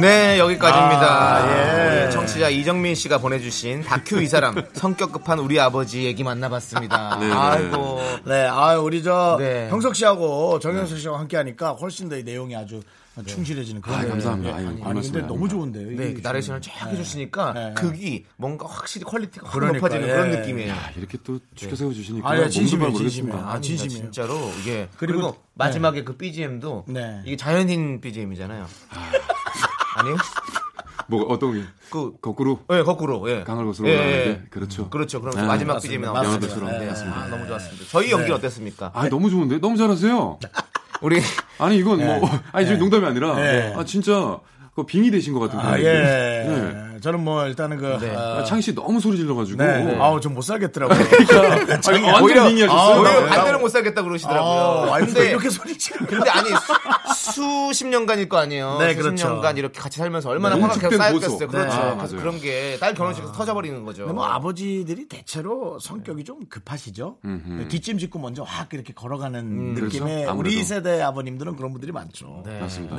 B: 네, 여기까지입니다.
A: 아, 예.
B: 우리 청취자 이정민 씨가 보내주신 다큐 이 사람, 성격 급한 우리 아버지 얘기 만나봤습니다.
G: 네, 네.
B: 아이고.
A: 네, 아 우리 저
B: 네.
A: 형석 씨하고 정영석 씨하고 함께하니까 훨씬 더 이 내용이 아주 충실해지는 그런.
G: 아,
A: 내용이에요.
G: 감사합니다. 아유,
A: 아니,
G: 말씀이
A: 근데 너무
G: 아닙니다.
A: 좋은데요.
B: 네,
A: 이게
B: 그 나레이션을 쫙 해주시니까
A: 음. 네, 네.
B: 극이 뭔가 확실히 퀄리티가 확
A: 그러니까,
B: 높아지는 그런
A: 예.
B: 느낌이에요.
G: 야, 이렇게 또 지켜 세워 주시니까
A: 아, 예, 진심이에요,
G: 모르겠습니다.
A: 진심이에요. 아,
B: 아닙니다,
A: 진심이에요.
B: 진짜로 이게
A: 그리고-
B: 그리고, 마지막에 그 BGM도
A: 네.
B: 이게 자연인 BGM이잖아요. 아니요?
G: 뭐 어떤 게
B: 그
G: 거꾸로
A: 네.
B: 예, 거꾸로 예.
G: 강을 거슬러
B: 예,
G: 올라가는
B: 예.
G: 게? 그렇죠.
B: 그렇죠. 그럼
G: 네,
B: 마지막
A: 맞습니다.
B: BGM 이
A: 맞습니다.
B: 나오죠.
G: 네,
B: 네,
G: 맞습니다.
B: 아, 너무 좋았습니다. 저희 연기 는 어땠습니까?
G: 아 너무 좋은데 너무 잘하세요.
B: 우리
G: 아니 이건 뭐 아니 지금 농담이 아니라
A: 네.
G: 아 진짜 그 빙이 되신 것 같은
A: 아,
G: 분위기.
A: 예.
G: 네.
A: 저는 뭐 일단은 그.
B: 네.
A: 아,
G: 아, 창희 씨 너무 소리 질러가지고.
A: 네. 아우 좀 못 살겠더라고요.
G: 아니, 완전 빙이 하셨어요.
A: 아,
B: 오히려
A: 네.
B: 반대로 못 살겠다 그러시더라고요.
A: 아, 근데
B: 근데
A: 이렇게 소리 치는
B: 근데 아니 수, 십 년간일 거 아니에요.
A: 네,
B: 수십
A: 그렇죠.
B: 년간 이렇게 같이 살면서 얼마나
G: 네.
B: 화가
G: 음식된
B: 쌓였겠어요.
G: 고소.
B: 그렇죠.
G: 네.
B: 그래서
G: 아, 맞아요.
B: 그런 게 딸 결혼식에서 터져버리는 거죠.
A: 근데 뭐 아버지들이 대체로 성격이 좀 급하시죠. 네, 뒷짐 짓고 먼저 확 이렇게 걸어가는 느낌의
G: 그렇죠.
A: 우리
G: 아무래도.
A: 세대 아버님들은 그런 분들이 많죠. 음, 네.
G: 맞습니다.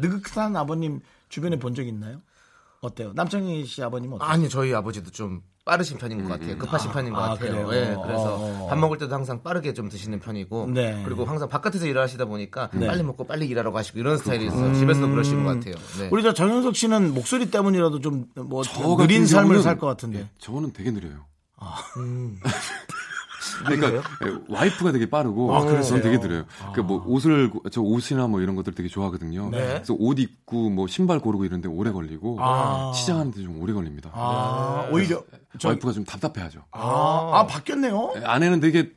A: 느긋한 아버님 주변에 본 적 있나요? 어때요? 남창희 씨 아버님은 어때요?
B: 아니 저희 아버지도 좀 빠르신 편인 것 같아요. 급하신 편인 것
A: 아,
B: 음, 같아요.
A: 그래요?
B: 예, 그래서
A: 어.
B: 밥 먹을 때도 항상 빠르게 좀 드시는 편이고,
A: 네.
B: 그리고 항상 바깥에서 일하시다 보니까 빨리 먹고 빨리 일하러 가시고 이런 스타일이 있어요. 집에서도 그러신 것 같아요. 네.
A: 우리 저 정현석 씨는 목소리 때문이라도 좀 뭐
G: 저 같은
A: 느린 삶을
G: 경우는-
A: 살 것 같은데. 아. 음.
G: 예, 저는 되게 느려요. 그러니까 예, 와이프가 되게 빠르고
A: 아,
G: 저는 되게 느려요. 그 뭐 옷을 고- 저 옷이나 뭐 이런 것들 되게 좋아하거든요.
A: 네.
G: 그래서 옷 입고 뭐 신발 고르고 이런데 오래 걸리고 시장하는데 좀 오래 걸립니다.
A: 아, 오히려 저,
G: 와이프가 좀 답답해하죠.
A: 아, 아, 바뀌었네요.
G: 예, 아내는 되게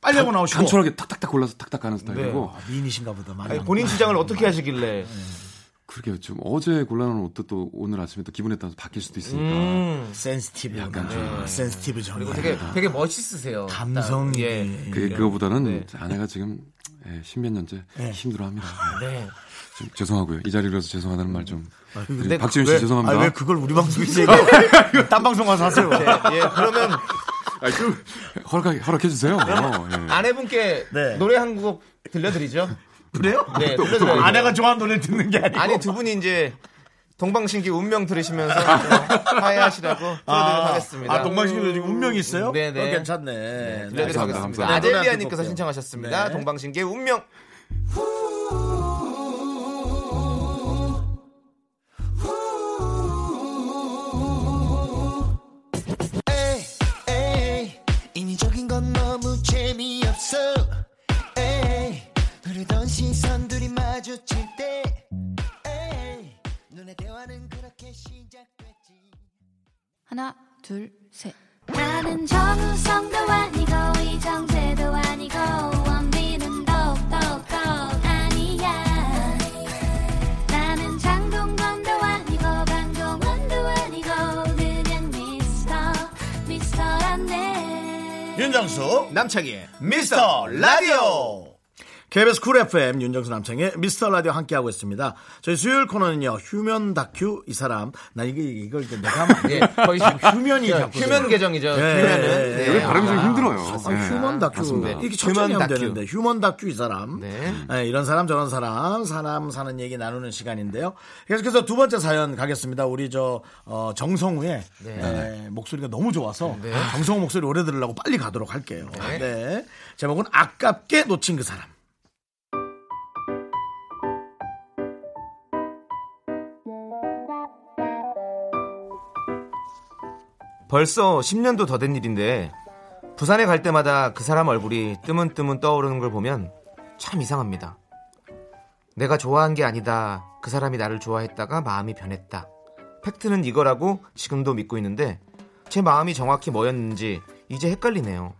A: 빨리 하고 나오시고.
G: 간촐하게 탁탁탁 골라서 탁탁 가는 스타일이고
A: 아, 미인이신가 보다. 많이
B: 아니,
A: 안
B: 본인 주장을 어떻게 하시길래?
G: 그러게요. 좀 어제 골라놓은 옷도 또 오늘 아침에 또 기분에 따라서 바뀔 수도 있으니까.
A: 음. 센스티브 약간 센스티브 전.
B: 그리고 되게 되게 멋있으세요.
A: 감성이.
B: 예.
A: 네.
G: 그, 그거보다는 아내가 지금 예, 십몇 년째 힘들어합니다. 예.
A: 네.
G: 좀 죄송하고요. 이 자리로서 죄송하다는 말 좀.
B: 근데
G: 박지윤 씨
B: 왜-
G: 죄송합니다.
A: 아, 왜 그걸 우리 방송에서 얘기해? 이거 딴 방송 가서 하세요.
B: 예, 그러면
G: 허락하, 허락해 주세요.
A: 아,
G: 어, 예.
B: 아내분께
A: 네.
B: 노래 한 곡 들려드리죠.
A: 그래요?
B: 네, 들려드려요.
A: 아내가 좋아하는 노래 듣는 게 아니고.
B: 아니 두 분이 이제 동방신기 운명 들으시면서 좀 화해하시라고 들려드리도록 하겠습니다.
A: 아, 동방신기도 지금 운명이 있어요?
B: 네, 네.
A: 어, 괜찮네. 네,
B: 들려드리도록
G: 감사합니다,
B: 하겠습니다.
G: 감사합니다.
B: 아델리아님께서 신청하셨습니다.
A: 네.
B: 동방신기의 운명.
C: 에이, 에이, 인위적인 건 너무 재미없어. 에이, 흐르던 시선들이 마주칠 때. 에이, 눈의 대화는 그렇게 시작됐지.
H: 하나, 둘, 셋.
D: 나는 정우성도 아니고 이정재도 아니고 원빈은 더욱더 아니야 나는 장동건도 아니고 강동원도 아니고 그냥 미스터 미스터란데
A: 윤정수,
B: 남창희의
A: 네. 미스터 라디오. KBS 쿨 FM 윤정수 남창의 미스터 라디오 함께하고 있습니다. 저희 수요일 코너는요, 휴면 다큐 이 사람. 나 이게 이걸 이제 내가 하면 안 돼.
B: 예, 거의 지금
A: 휴면이 자꾸
B: 휴면 계정이죠.
A: 예,
B: 휴면은.
A: 예,
B: 네.
A: 예.
G: 발음이 좀 힘들어요.
A: 아,
G: 예.
A: 휴먼 다큐
G: 맞습니다.
A: 이렇게 천천히
B: 휴먼
A: 하면
B: 다큐.
A: 되는데 휴먼 다큐 이 사람
B: 네.
A: 네, 이런 사람 저런 사람 사람 사는 얘기 나누는 시간인데요 계속해서 두 번째 사연 가겠습니다 우리 저 어, 정성우의 네, 목소리가 너무 좋아서 정성우 목소리 오래 들으려고 빨리 가도록 할게요 네.
B: 네.
A: 제목은 아깝게 놓친 그 사람
B: 벌써 10년도 더 된 일인데 부산에 갈 때마다 그 사람 얼굴이 뜨문뜨문 떠오르는 걸 보면 참 이상합니다. 내가 좋아한 게 아니다. 그 사람이 나를 좋아했다가 마음이 변했다. 팩트는 이거라고 지금도 믿고 있는데 제 마음이 정확히 뭐였는지 이제 헷갈리네요.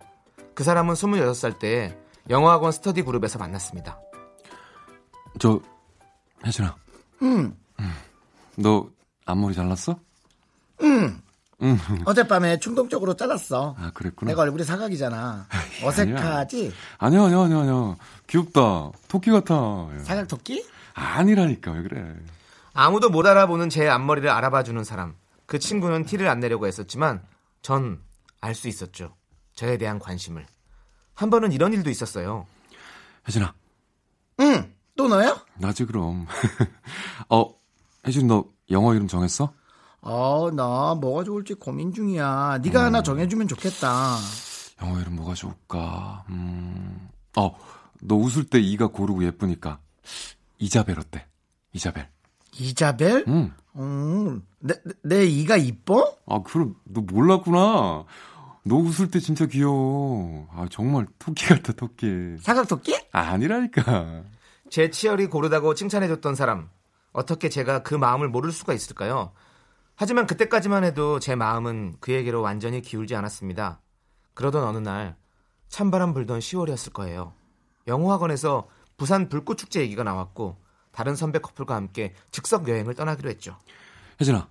B: 그 사람은 26살 때 영어학원 스터디 그룹에서 만났습니다.
G: 저 혜진아.
A: 음.
G: 응. 너 앞머리 잘랐어?
A: 어젯밤에 충동적으로 잘랐어
G: 아 그랬구나.
A: 내가 얼굴이 사각이잖아 어색하지?
G: 아니야 아니야 아니야 아니야. 귀엽다. 토끼 같아. 예.
A: 사각토끼?
G: 아니라니까 왜 그래?
B: 아무도 못 알아보는 제 앞머리를 알아봐주는 사람. 그 친구는 티를 안 내려고 했었지만 전 알 수 있었죠. 저에 대한 관심을. 한 번은 이런 일도 있었어요.
G: 혜진아
A: 응 또 너요?
G: 나지 그럼. 어 혜진 너 영어 이름 정했어?
A: 어, 나 뭐가 좋을지 고민 중이야. 네가 하나 정해주면 좋겠다.
G: 영어 이름 뭐가 좋을까? 음. 어 너 웃을 때 이가 고르고 예쁘니까 이자벨 어때? 이자벨.
A: 이자벨? 음.
G: 음.
A: 내, 내- 내 이가 이뻐?
G: 아, 그럼 너 몰랐구나. 너 웃을 때 진짜 귀여워. 아, 정말 토끼 같아, 토끼.
A: 사각토끼?
G: 아, 아니라니까.
B: 제 치열이 고르다고 칭찬해줬던 사람. 어떻게 제가 그 마음을 모를 수가 있을까요? 하지만 그때까지만 해도 제 마음은 그에게로 완전히 기울지 않았습니다. 그러던 어느 날 찬바람 불던 10월이었을 거예요. 영어학원에서 부산 불꽃축제 얘기가 나왔고 다른 선배 커플과 함께 즉석 여행을 떠나기로 했죠.
G: 혜진아,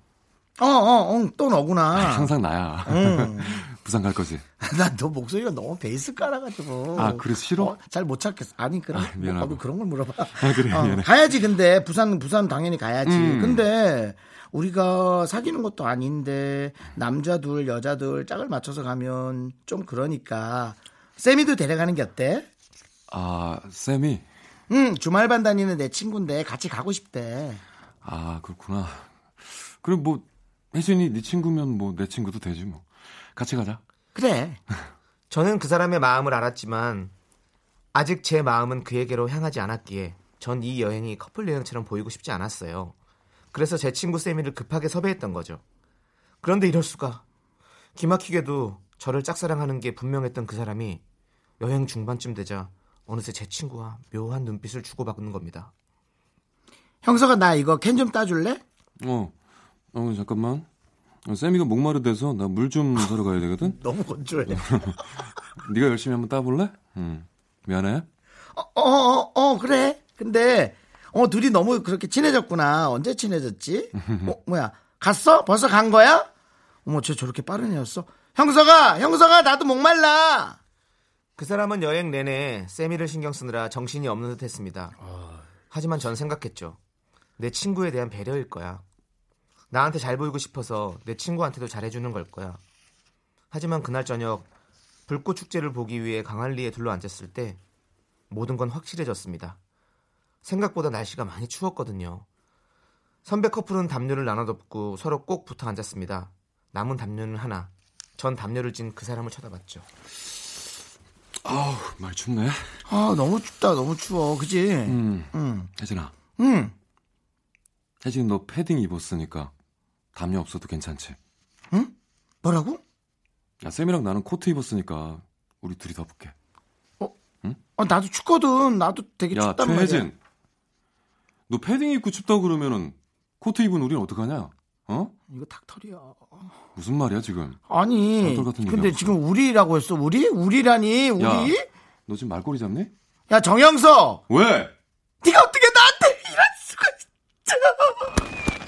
A: 어, 어, 응, 또 너구나.
G: 아, 항상 나야. 부산 갈 거지?
A: 난 너 목소리가 너무 베이스 깔아가지고.
G: 아, 그래, 싫어?
A: 잘 못 찾겠어. 아니, 그럼.
G: 아, 미안하고.
A: 뭐, 아, 그런 걸 물어봐.
G: 그래,
A: 어,
G: 미안해.
A: 가야지, 근데. 부산, 부산 당연히 가야지.
G: 음.
A: 근데, 우리가 사귀는 것도 아닌데, 남자 둘, 여자 둘, 짝을 맞춰서 가면 좀 그러니까. 세미도 데려가는 게 어때?
G: 아, 쌤이?
A: 응, 주말반 다니는 내 친구인데 같이 가고 싶대.
G: 아, 그렇구나. 그럼 뭐, 혜진이 네 친구면 뭐, 내 친구도 되지 뭐. 같이 가자.
A: 그래.
B: 저는 그 사람의 마음을 알았지만 아직 제 마음은 그에게로 향하지 않았기에 전 이 여행이 커플 여행처럼 보이고 싶지 않았어요. 그래서 제 친구 세미를 급하게 섭외했던 거죠. 그런데 이럴 수가. 기막히게도 저를 짝사랑하는 게 분명했던 그 사람이 여행 중반쯤 되자 어느새 제 친구와 묘한 눈빛을 주고받는 겁니다.
A: 형서가 나 이거 캔 좀 따줄래?
G: 어, 어, 잠깐만. 어, 쌤이가 목마르대서 나 물 좀 사러 가야 되거든?
A: 너무 건조해.
G: 네가 열심히 한번 따볼래? 응. 미안해.
A: 어, 어, 어, 어, 그래. 근데, 어, 둘이 너무 그렇게 친해졌구나. 언제 친해졌지? 어, 뭐야. 갔어? 벌써 간 거야? 어머, 쟤 저렇게 빠른 애였어? 형서가! 형서가! 나도 목말라!
B: 그 사람은 여행 내내 세미를 신경 쓰느라 정신이 없는 듯했습니다. 하지만 전 생각했죠. 내 친구에 대한 배려일 거야. 나한테 잘 보이고 싶어서 내 친구한테도 잘해주는 걸 거야. 하지만 그날 저녁 불꽃 축제를 보기 위해 강한리에 둘러앉았을 때 모든 건 확실해졌습니다. 생각보다 날씨가 많이 추웠거든요. 선배 커플은 담요를 나눠 덮고 서로 꼭 붙어 앉았습니다. 남은 담요는 하나. 전 담요를 쥔 그 사람을 쳐다봤죠.
G: 아우 말 춥네.
A: 아 너무 춥다 너무 추워 그지
G: 음,
A: 음.
G: 혜진아,
A: 응
G: 혜진 너 패딩 입었으니까 담요 없어도 괜찮지?
A: 뭐라고
G: 야 쌤이랑 나는 코트 입었으니까 우리 둘이 덮을게.
A: 아 나도 춥거든 나도 되게
G: 야
A: 춥단 말이야
G: 최혜진, 너 패딩 입고 춥다 고 그러면은 코트 입은 우린 어떡하냐? 어?
A: 이거 닭털이야
G: 무슨 말이야 지금?
A: 아니
G: 닭털 같은
A: 근데
G: 얘기하고
A: 지금 우리라고 했어 우리 우리라니 우리
G: 야. 너 지금 말꼬리 잡니?
A: 야 정영서
G: 왜?
A: 네가 어떻게 나한테 이럴 수가 있어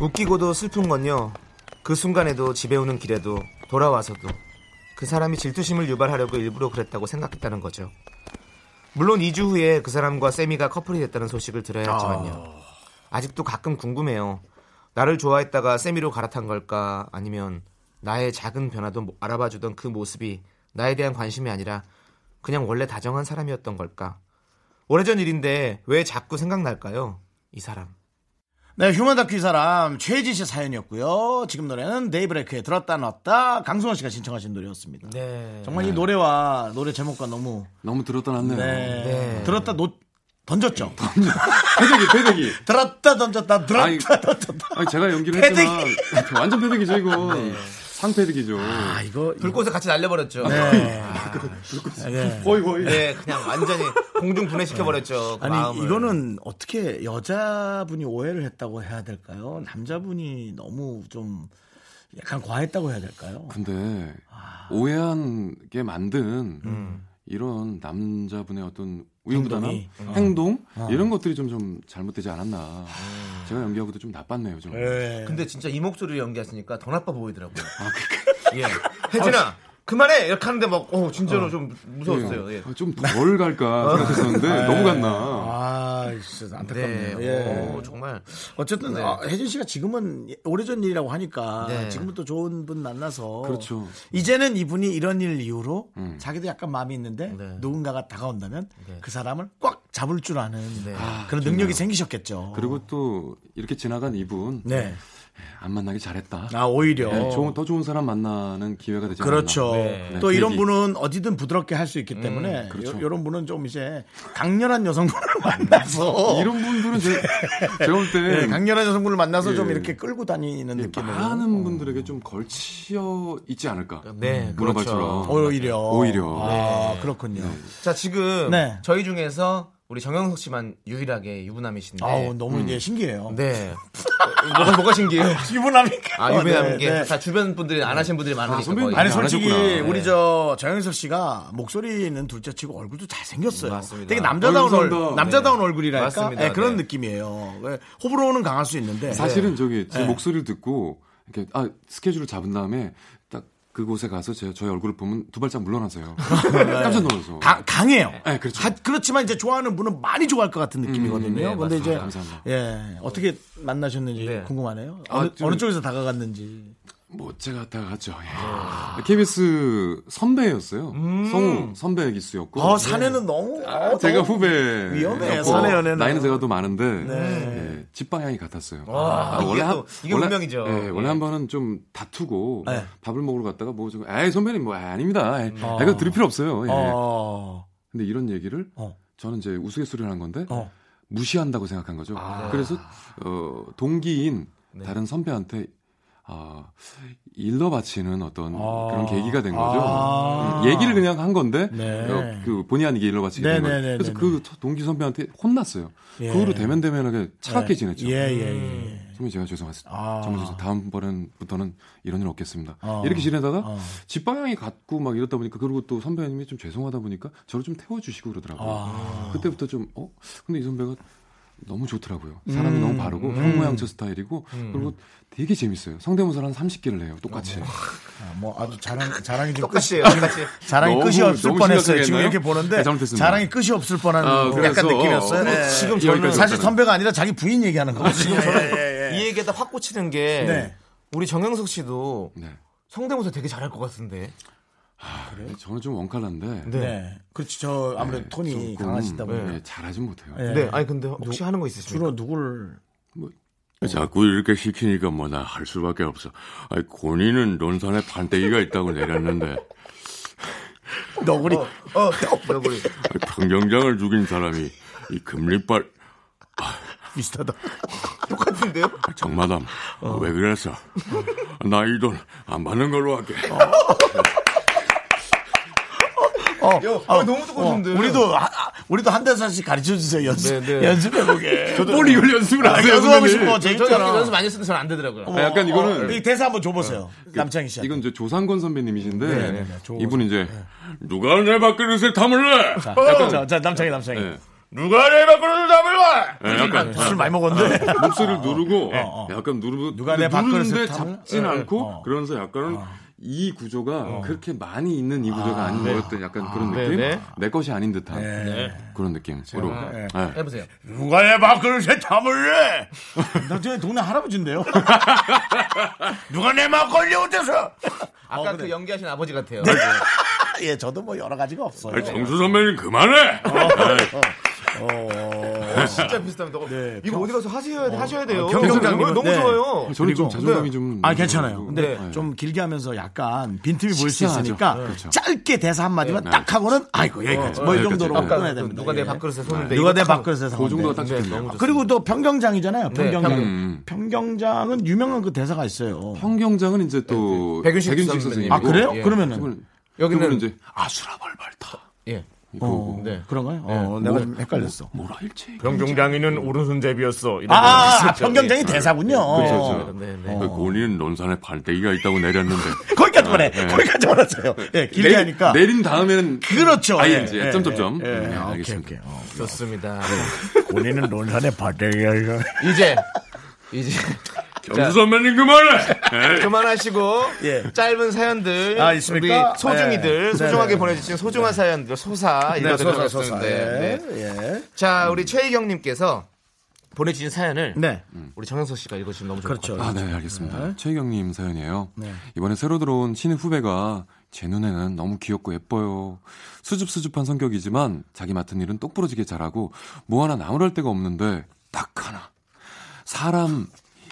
B: 웃기고도 슬픈 건요. 그 순간에도 집에 오는 길에도 돌아와서도 그 사람이 질투심을 유발하려고 일부러 그랬다고 생각했다는 거죠. 물론 2주 후에 그 사람과 세미가 커플이 됐다는 소식을 들어야 했지만요. 아직도 가끔 궁금해요. 나를 좋아했다가 세미로 갈아탄 걸까? 아니면 나의 작은 변화도 모- 알아봐주던 그 모습이 나에 대한 관심이 아니라 그냥 원래 다정한 사람이었던 걸까? 오래전 일인데 왜 자꾸 생각날까요? 이 사람.
A: 네, 휴먼 다큐 이 사람 최혜진 씨 사연이었고요. 지금 노래는 네이브레이크에 들었다 놨다 강승원 씨가 신청하신 노래였습니다.
B: 네.
A: 정말 이 노래와 노래 제목과 너무
G: 너무 들었다 놨네요.
A: 네.
B: 네.
A: 들었다 놓 던졌죠.
G: 패대기 패대기.
A: 들었다 던졌다 들었다
G: 아니,
A: 던졌다.
G: 아니 제가 연기를
A: 패대기. 네.
G: 했지만 완전 패대기죠 이거. 상패대기죠.
A: 아 이거
B: 불꽃을 같이 날려버렸죠.
A: 네. 네.
G: 거의 거의.
B: 네, 그냥 완전히 공중 분해시켜 버렸죠. 그
A: 아니
B: 마음을.
A: 이거는 어떻게 여자분이 오해를 했다고 해야 될까요? 남자분이 너무 좀 약간 과했다고 해야 될까요?
G: 근데 오해하게 만든
A: 음.
G: 이런 남자분의 어떤 우유부단함
A: 행동이. 음. 어.
G: 행동 이런 것들이 좀 좀 잘못되지 않았나 제가 연기하고도 좀 나빴네요 좀
A: 아.
G: 예.
A: 네.
B: 근데 진짜 이 목소리를 연기하시니까 더 나빠 보이더라고요. 예. 혜진아, 그만해. 이렇게 하는데 막 어, 진짜로 좀 무서웠어요. 예.
G: 아, 좀덜 갈까 생각했었는데 너무 갔나
A: 어. 네. 아, 진짜
B: 네.
A: 안타깝네요. 예.
B: 어, 정말
A: 어쨌든
B: 네.
A: 어, 혜진 씨가 지금은 오래전 일이라고 하니까
B: 네.
A: 지금은 또 좋은 분 만나서
G: 그렇죠.
A: 이제는 이분이 이런 일 이후로 자기도 약간 마음이 있는데
B: 네.
A: 누군가가 다가온다면
G: 네.
A: 그 사람을 꽉 잡을 줄 아는 그런 능력이 생기셨겠죠.
G: 그리고 또 이렇게 지나간 이분
A: 네.
G: 안 만나기 잘했다
A: 아 오히려
G: 네, 좋은, 더 좋은 사람 만나는 기회가 되지 않았나
A: 그렇죠.
G: 네.
A: 또
G: 그
A: 이런
G: 얘기.
A: 분은 어디든 부드럽게 할 수 있기 때문에
G: 그렇죠.
A: 요, 런 분은 좀 이제 강렬한 여성분을 만나서
G: 네. 이런 분들은 제, 제가
A: 네, 뭐.
G: 볼때
A: 강렬한 여성분을 만나서 좀
G: 예.
A: 이렇게 끌고 다니는 느낌으로
G: 많은 분들에게 좀 걸치어 있지 않을까
B: 네,
G: 문어발처럼
B: 그렇죠.
A: 오히려
G: 오히려. 네.
A: 아 그렇군요.
B: 자, 지금
A: 네.
B: 저희 중에서 우리 정영석 씨만 유일하게 유부남이신데.
A: 아우 너무 이제 신기해요.
B: 네. 뭐가 뭐가 신기해요?
A: 유부남이니까.
B: 아, 유부남인
A: 네,
B: 게
A: 네.
B: 다 주변 분들이 안 하신 분들이 네. 많으니까.
G: 선배님
B: 거의.
A: 아니
G: 안
A: 솔직히
G: 하셨구나.
A: 우리 저 정영석 씨가 목소리는 둘째치고 얼굴도 잘 생겼어요.
B: 맞습니다.
A: 되게 남자다운
G: 얼굴
A: 얼,
G: 네.
A: 남자다운 얼굴이랄까
B: 맞습니다.
A: 네, 그런
B: 네.
A: 느낌이에요. 왜, 호불호는 강할 수 있는데
G: 사실은 저기 제
A: 네.
G: 목소리를 듣고 이렇게 아 스케줄을 잡은 다음에 딱 그곳에 가서 제 저의 얼굴을 보면 두 발짝 물러나서요. 깜짝 놀라서.
A: 강, 강해요.
G: 네, 그렇죠. 음,
A: 하- 그렇지만 이제 좋아하는 분은 많이 좋아할 것 같은 느낌이거든요.
B: 네,
A: 근데 이제
G: 감사합니다.
A: 예 어떻게 만나셨는지
B: 네.
A: 궁금하네요.
G: 아,
A: 어느,
G: 좀-
A: 어느 쪽에서 다가갔는지.
G: 뭐 제가 다 갔죠. 예.
A: 아.
G: KBS 선배였어요.
A: 음.
G: 성우 선배 기수였고.
A: 어 사내는 너무 어,
G: 제가
A: 너무-
G: 후배
A: 위험해, 사내 연애는.
G: 나이는 제가 더 많은데 예, 집 방향이 같았어요. 아,
B: 와, 이게
G: 한-
B: 또- 이게 운명이죠.
G: 예, 원래
B: 예.
G: 한 번은 좀 다투고
A: 네.
G: 밥을 먹으러 갔다가 뭐 지금 에이 선배님 뭐 아, 아닙니다. 에이, 아, 이거 들을 필요 없어요. 예.
A: 어.
G: 근데 이런 얘기를
A: 어.
G: 저는 이제 우스갯소리를 한 건데
A: 어. 아.
G: 무시한다고 생각한 거죠. 그래서 어, 동기인
A: 네.
G: 다른 선배한테 아 일러 바치는 어떤 그런 계기가 된 거죠.
A: 아.
G: 음, 얘기를 그냥 한 건데
A: 네.
G: 어, 그 본의 아니게 일러 바치게 된 거예요.
A: 네네네네네.
G: 그래서 그 동기 선배한테 혼났어요.
A: 예.
G: 그 후로 대면대면하게 차갑게 지냈죠.
A: 예 예, 예, 예.
G: 선배 제가 죄송했어요.
A: 아.
G: 정말 죄송. 다음번부터는 이런 일 없겠습니다.
A: 어.
G: 이렇게 지내다가
A: 어.
G: 집 방향이 같고 막 이렇다 보니까 그리고 또 선배님이 좀 죄송하다 보니까 저를 좀 태워주시고 그러더라고요.
A: 아.
G: 그때부터 좀 어? 근데 이 선배가 너무 좋더라고요.
A: 음.
G: 사람이 너무 바르고 형모양처 스타일이고 그리고 되게 재밌어요. 성대모사를 한 30개를 해요. 똑같이.
A: 아, 뭐 아주 자랑 자랑이 좀 끝이
B: 똑같이에요. 똑같이.
A: 자랑이
G: 너무-
A: 끝이 없을
G: 너무
A: 뻔했어요.
G: 심각하게
A: 지금
G: 했나요?
A: 이렇게 보는데
G: 네, 잘못했습니다.
A: 자랑이 끝이 없을 뻔한
G: 아,
A: 약간
G: 그래서,
A: 느낌이었어요.
G: 어,
A: 네.
B: 지금
G: 여기까지
B: 저는
A: 사실
G: 그렇잖아요.
A: 선배가 아니라 자기 부인 얘기하는 거거든요. 예, 예, 예.
B: 이 얘기에다 확 꽂히는 게
A: 네.
B: 우리 정영석 씨도
G: 네.
B: 성대모사 되게 잘할 것 같은데.
G: 저는 좀 원칼라인데
A: 아, 네. 그렇지 저 아무래도 톤이
G: 조금,
A: 강하시다 보니까
G: 네, 잘하진 못해요.
A: 예.
B: 네. 아니 근데 혹시 하는 거 있으십니까?
A: 주로 누구를
I: 자꾸 이렇게 시키니까 뭐 나 할 수밖에 없어. 아이, 고니는 논산에 판때기가 있다고 내렸는데
A: 너구리 어 너구리
I: 아이, 평경장을 죽인 사람이 이 금리빨
A: 비슷하다.
B: 똑같은데요?
G: 아,
I: 정마담 왜 그랬어? 나 이 돈 안 받는 걸로 할게.
A: 어,
B: 아, 너무 똑같은데.
A: 우리도 아, 아, 우리도 한 대사씩 가르쳐 주세요. 연습
B: 네, 네.
A: 연습해 보게. 아,
G: 뭘 이걸 연습을 안 해요.
A: 연습하고
G: 선배님.
A: 싶어
B: 저는 이렇게
A: 재밌잖아. 어,
B: 연습 많이 했는데 잘안 되더라고요.
G: 아, 약간 이거는 어, 그
A: 이 대사 한번 줘보세요. 남창희 씨.
G: 이건 이제 조상권 선배님이신데
A: 네, 네. 조상권.
G: 이분 이제
I: 누가 내 밥그릇을 담을래?
A: 약간 자, 자 남창희 남창희.
G: 어. 네.
I: 누가 내 밥그릇을 담을래? 예, 약간
A: 술 많이
G: 아, 네.
A: 먹었는데.
G: 목소리를 누르고 약간 누르고
A: 네. 어, 누가 내
G: 근데
A: 밥그릇을
G: 누르는데
A: 담을-
G: 잡진
A: 예, 예.
G: 않고
A: 어.
G: 그러면서 약간은 이 구조가 그렇게 많이 있는 이 구조가 아, 닌 거였던 약간 그런
B: 네,
G: 느낌
B: 네.
G: 내 것이 아닌 듯한 그런 느낌으로
A: 네.
G: 예.
B: 해보세요.
I: 누가 내 밥그릇을 담을래?
A: 너 저희 동네 할아버지인데요.
I: 누가 내 막걸리 어때서?
B: 아까
A: 어, 네. 그래.
B: 그 연기하신 아버지 같아요.
A: 예, 저도 뭐 여러 가지가 없어요.
I: 아이, 정수 선배님 그만해. 아이,
A: 어.
B: 진짜 비슷합니다.
A: 네,
B: 이거 어디 가서 하셔야, 하셔야 돼요.
A: 경영장님은,
B: 너무
A: 네.
B: 좋아요.
G: 저는 좀
A: 그리고-
G: 자존감이 좀
A: 아 괜찮아요.
G: 있어가지고.
A: 근데
I: 네.
G: 예.
A: 좀 길게 하면서 약간 빈틈이 보일 수
G: 식상하죠.
A: 있으니까
G: 네. 그렇죠.
A: 짧게 대사 한 마디만
G: 네.
A: 딱 하고는 아이고 여기까지 뭐 이
G: 여기까지.
A: 정도로
G: 아까
A: 끊어야 됩니다.
B: 누가 내
A: 예.
B: 밥그릇에 손인데
A: 누가 내 밥그릇에
G: 그
A: 사는데. 음.
G: 정도가 딱 좋겠네요.
B: 너무 좋습니다.
A: 그리고 또 평경장이잖아요.
B: 네,
A: 평경장.
B: 평-
G: 음.
A: 평경장은 유명한 그 대사가 있어요.
G: 평경장은 이제 또
B: 네. 백윤식 선배님.
G: 백윤식 선생님
A: 아 그래요?
B: 예.
A: 그러면은 아,
G: 그분
B: 여기는
G: 여기는 이제
I: 아수라벌발타.
B: 예.
A: 어,
G: 이거고
B: 네.
A: 그런가요? 어, 내가 좀 헷갈렸어.
G: 뭐라 일체
F: 병종장이는 오른손잡이였어.
A: 아,
F: 이런
A: 아, 아, 평경장이 대사군요.
G: 예. 그렇죠.
B: 네, 네.
I: 고니는 논산에 판때기가 있다고 내렸는데
A: 예, 거기까지 말해. 거기까지 말하세요. 예, 길게
G: 아, 내리-
A: 하니까.
G: 내린 다음에는
A: 그렇죠.
G: 아예
A: 예,
G: 이제
A: 예,
G: 점점점
A: 예, 예.
G: 네,
A: 아, 오케이,
G: 알겠습니다.
A: 오케이. 어.
B: 좋습니다.
A: 본인은 논산의 바닥이야.
B: 이제 이제
I: 정수 선배님 그만해. 에이.
B: 그만하시고
A: 네. 예.
B: 짧은 사연들
A: 아, 있습니까?
B: 우리 소중이들
A: 예.
B: 소중하게
A: 네, 네.
B: 보내주신 소중한 아, 사연들 소사 읽어드리겠습니다.
A: 예,
B: 네.
A: 예.
B: 자 우리 최희경님께서 보내주신 사연을
A: 네.
B: 우리 정영석 씨가 읽어주시면 너무 좋을
A: 그렇죠.
B: 것
G: 음. 아, 네, 알겠습니다. 최희경님 사연이에요. 이번에 새로 들어온 신입 후배가 제 눈에는 너무 귀엽고 예뻐요. 수줍수줍한 성격이지만 자기 맡은 일은 똑부러지게 잘하고 뭐 하나 나무랄 데가 없는데 딱 하나. 사람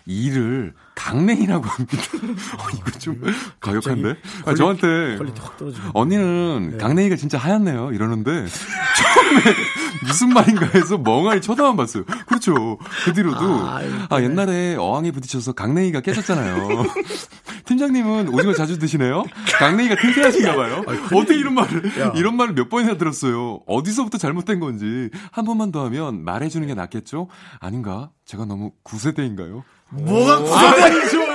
G: 일을 강냉이라고 합니다. 어, 이거 좀 가격한데? 아, 저한테 언니는 강냉이가 진짜 하얗네요. 이러는데 처음에 무슨 말인가 해서 멍하니 쳐다만 봤어요. 그렇죠. 그 뒤로도 아, 옛날에 어항에 부딪혀서 강냉이가 깨졌잖아요. 팀장님은 오징어 자주 드시네요. 강냉이가 튼튼하신가 봐요. 어떻게 이런 말을 이런 말을 몇 번이나 들었어요. 어디서부터 잘못된 건지 한 번만 더 하면 말해 주는 게 낫겠죠? 아닌가? 제가 너무 구세대인가요? 아,
A: 뭐가 구세대?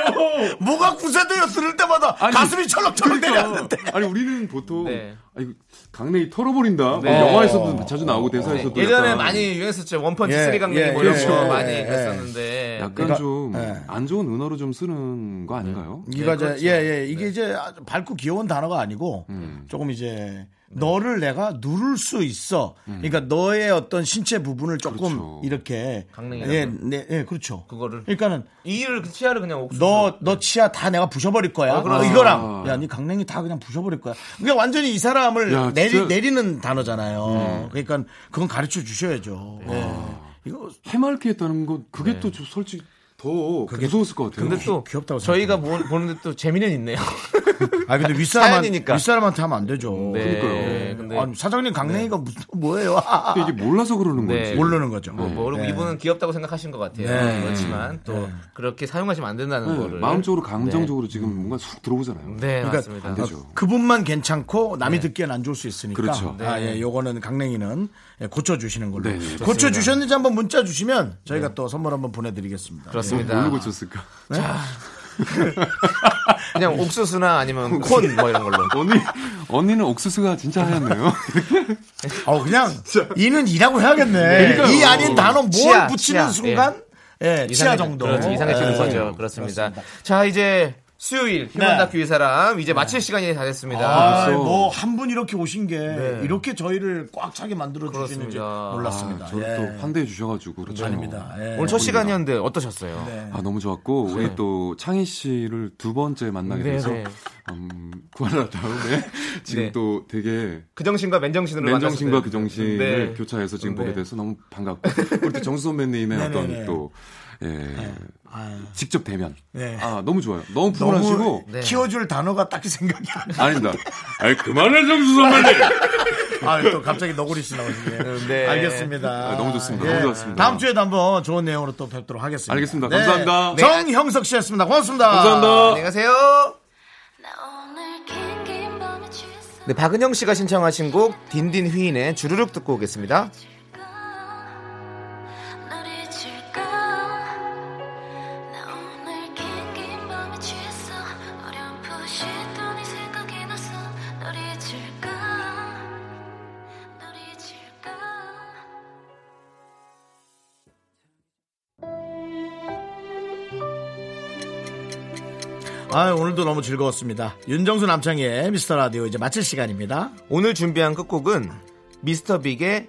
A: 뭐가 구세대요? 들을 때마다
G: 아니, 그러니까.
A: 가슴이 철렁철렁 내려앉는데.
G: 아니 우리는 보통
B: 네.
G: 아, 이거 강냉이 털어버린다.
B: 네.
G: 뭐 영화에서도
A: 어.
G: 자주 나오고 대사에서도
B: 같아요. 예전에
G: 약간
B: 많이 유행했었죠. 원펀치
A: 예,
B: 쓰리 강냉이
A: 예,
B: 뭐 이런 거
A: 그렇죠.
B: 많이
A: 예,
B: 했었는데
G: 약간
B: 네.
G: 좀
A: 네.
G: 안 좋은 은어로 좀 쓰는 거 아닌가요?
A: 이거 이제
B: 그렇죠.
A: 예예
G: 네.
A: 이게 이제 아주 밝고 귀여운 단어가 아니고
G: 음.
A: 조금
G: 네.
A: 이제 너를 내가 누를 수 있어. 그러니까 너의 어떤 신체 부분을 조금
G: 음. 그렇죠.
A: 이렇게
B: 강냉이라고.
A: 예, 네, 예, 그렇죠.
B: 그거를
A: 그러니까는
B: 이를 그 치아를 그냥 옥수수
A: 너 너 치아 다 내가 부셔버릴 거야. 어,
B: 그렇죠.
A: 이거랑 야네 강냉이 다 그냥 부셔버릴 거야. 그러니까 완전히 이 사람을
G: 야,
A: 내리
G: 진짜.
A: 내리는 단어잖아요. 그러니까 그건 가르쳐 주셔야죠. 예. 이거
G: 해맑게 했다는 건 그게 또 저- 솔직히 더 무서웠을 것 같아요.
B: 근데 또
A: 귀엽다고
B: 저희가 보, 보는데 또 재미는 있네요.
A: 아 근데 윗사람
B: 사연이니까.
A: 윗사람한테 하면 안 되죠.
B: 네,
G: 그러니까요.
B: 근데
A: 아니, 사장님 강냉이가 무슨 뭐예요? 네. 아, 아, 아.
G: 이게 몰라서 그러는
B: 네.
G: 건지.
A: 모르는 거죠.
B: 뭐 모르고 이분은 귀엽다고 생각하신 것 같아요.
A: 네.
B: 그렇지만 또 그렇게 사용하시면 안 된다는
G: 네,
B: 거를
G: 마음적으로 감정적으로 지금 뭔가 쑥 들어오잖아요.
B: 네,
A: 그러니까
G: 안
B: 맞습니다.
G: 되죠.
A: 그분만 괜찮고 남이 듣기엔 안 좋을 수 있으니까.
G: 그렇죠.
A: 아, 예, 요거는 강냉이는 예, 고쳐주시는 걸로.
G: 네, 네.
A: 네. 고쳐주셨는지 한번 문자 주시면 저희가 또 선물 한번 보내드리겠습니다.
B: 그렇습니다.
G: 모르고 쳤을까?
B: 그냥 옥수수나 아니면 콘 뭐 이런 걸로.
G: 언니 언니는 옥수수가 진짜 하얗네요.
A: 어 그냥 이는 이라고 해야겠네.
G: 그러니까요.
A: 이 아닌 단어 뭘
B: 치아,
A: 붙이는
B: 치아.
A: 순간 예, 치아 정도.
B: 그렇죠. 이상해지는
A: 예.
B: 거죠. 그렇습니다. 자, 이제 수요일 휴먼
A: 네.
B: 다큐 이 사람 이제 마칠 시간이 다 됐습니다.
A: 아, 네. 뭐한 분 이렇게 오신 게 이렇게 저희를 꽉 차게 만들어 주시는지
B: 그렇습니다.
A: 몰랐습니다.
G: 아, 저를
A: 예.
G: 또 환대해 주셔가지고 그렇죠.
A: 아닙니다. 예.
B: 오늘 첫 시간이었는데 어떠셨어요? 네.
G: 아 너무 좋았고 우리 또 창희 씨를 두 번째 만나게 돼서
B: 네.
G: 음, 구하라 다음에 지금
B: 네.
G: 또 되게
B: 그 정신과 맨정신으로
G: 맨정신과
B: 만났을
G: 그
B: 때.
G: 정신을
B: 네.
G: 교차해서 지금
B: 네.
G: 보게 돼서 너무 반갑고 우리 또 정수 선배님의
A: 네네네.
G: 어떤 또 예,
A: 아유.
G: 직접 대면
A: 네.
G: 아 너무 좋아요. 너무
A: 너무
G: 푸근하시고
B: 네.
A: 키워줄 단어가 딱히 생각이 안 나.
G: 아닙니다.
I: 아이 그만해 정수 선배님.
A: 아, 또 갑자기 너구리 씨 나오시네.
B: 네.
A: 알겠습니다. 예.
G: 아, 너무 좋습니다. 너무 좋았습니다.
A: 다음 주에도 한번 좋은 내용으로 또 뵙도록 하겠습니다. 네.
G: 알겠습니다. 감사합니다.
A: 정형석 씨였습니다. 고맙습니다.
G: 감사합니다.
B: 안녕히 가세요.
D: 오늘 긴긴 밤에 취했어
B: 네, 박은영 씨가 신청하신 곡 딘딘 휘인의 주르륵 듣고 오겠습니다.
D: 널 잊을까 나 오늘 긴긴 밤에 취했어 어렴풋이 또네 생각이 났어 널 잊을까 널 잊을까
A: 아, 오늘도 너무 즐거웠습니다. 윤정수 남창희의 미스터 라디오 이제 마칠 시간입니다.
B: 오늘 준비한 끝곡은 미스터 빅의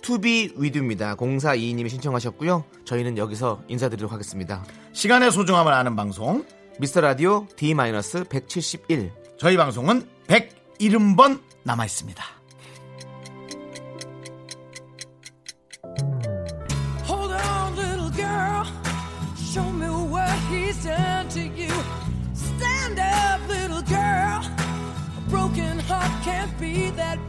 B: 투비 위드입니다. 0422님이 신청하셨고요. 저희는 여기서 인사드리도록 하겠습니다.
A: 시간의 소중함을 아는 방송.
B: 미스터 라디오 D-171
A: 저희 방송은 101번 남아 있습니다.
E: Hold on, little girl. Show me what he's done to you. Stand up, little girl. A broken heart can't be that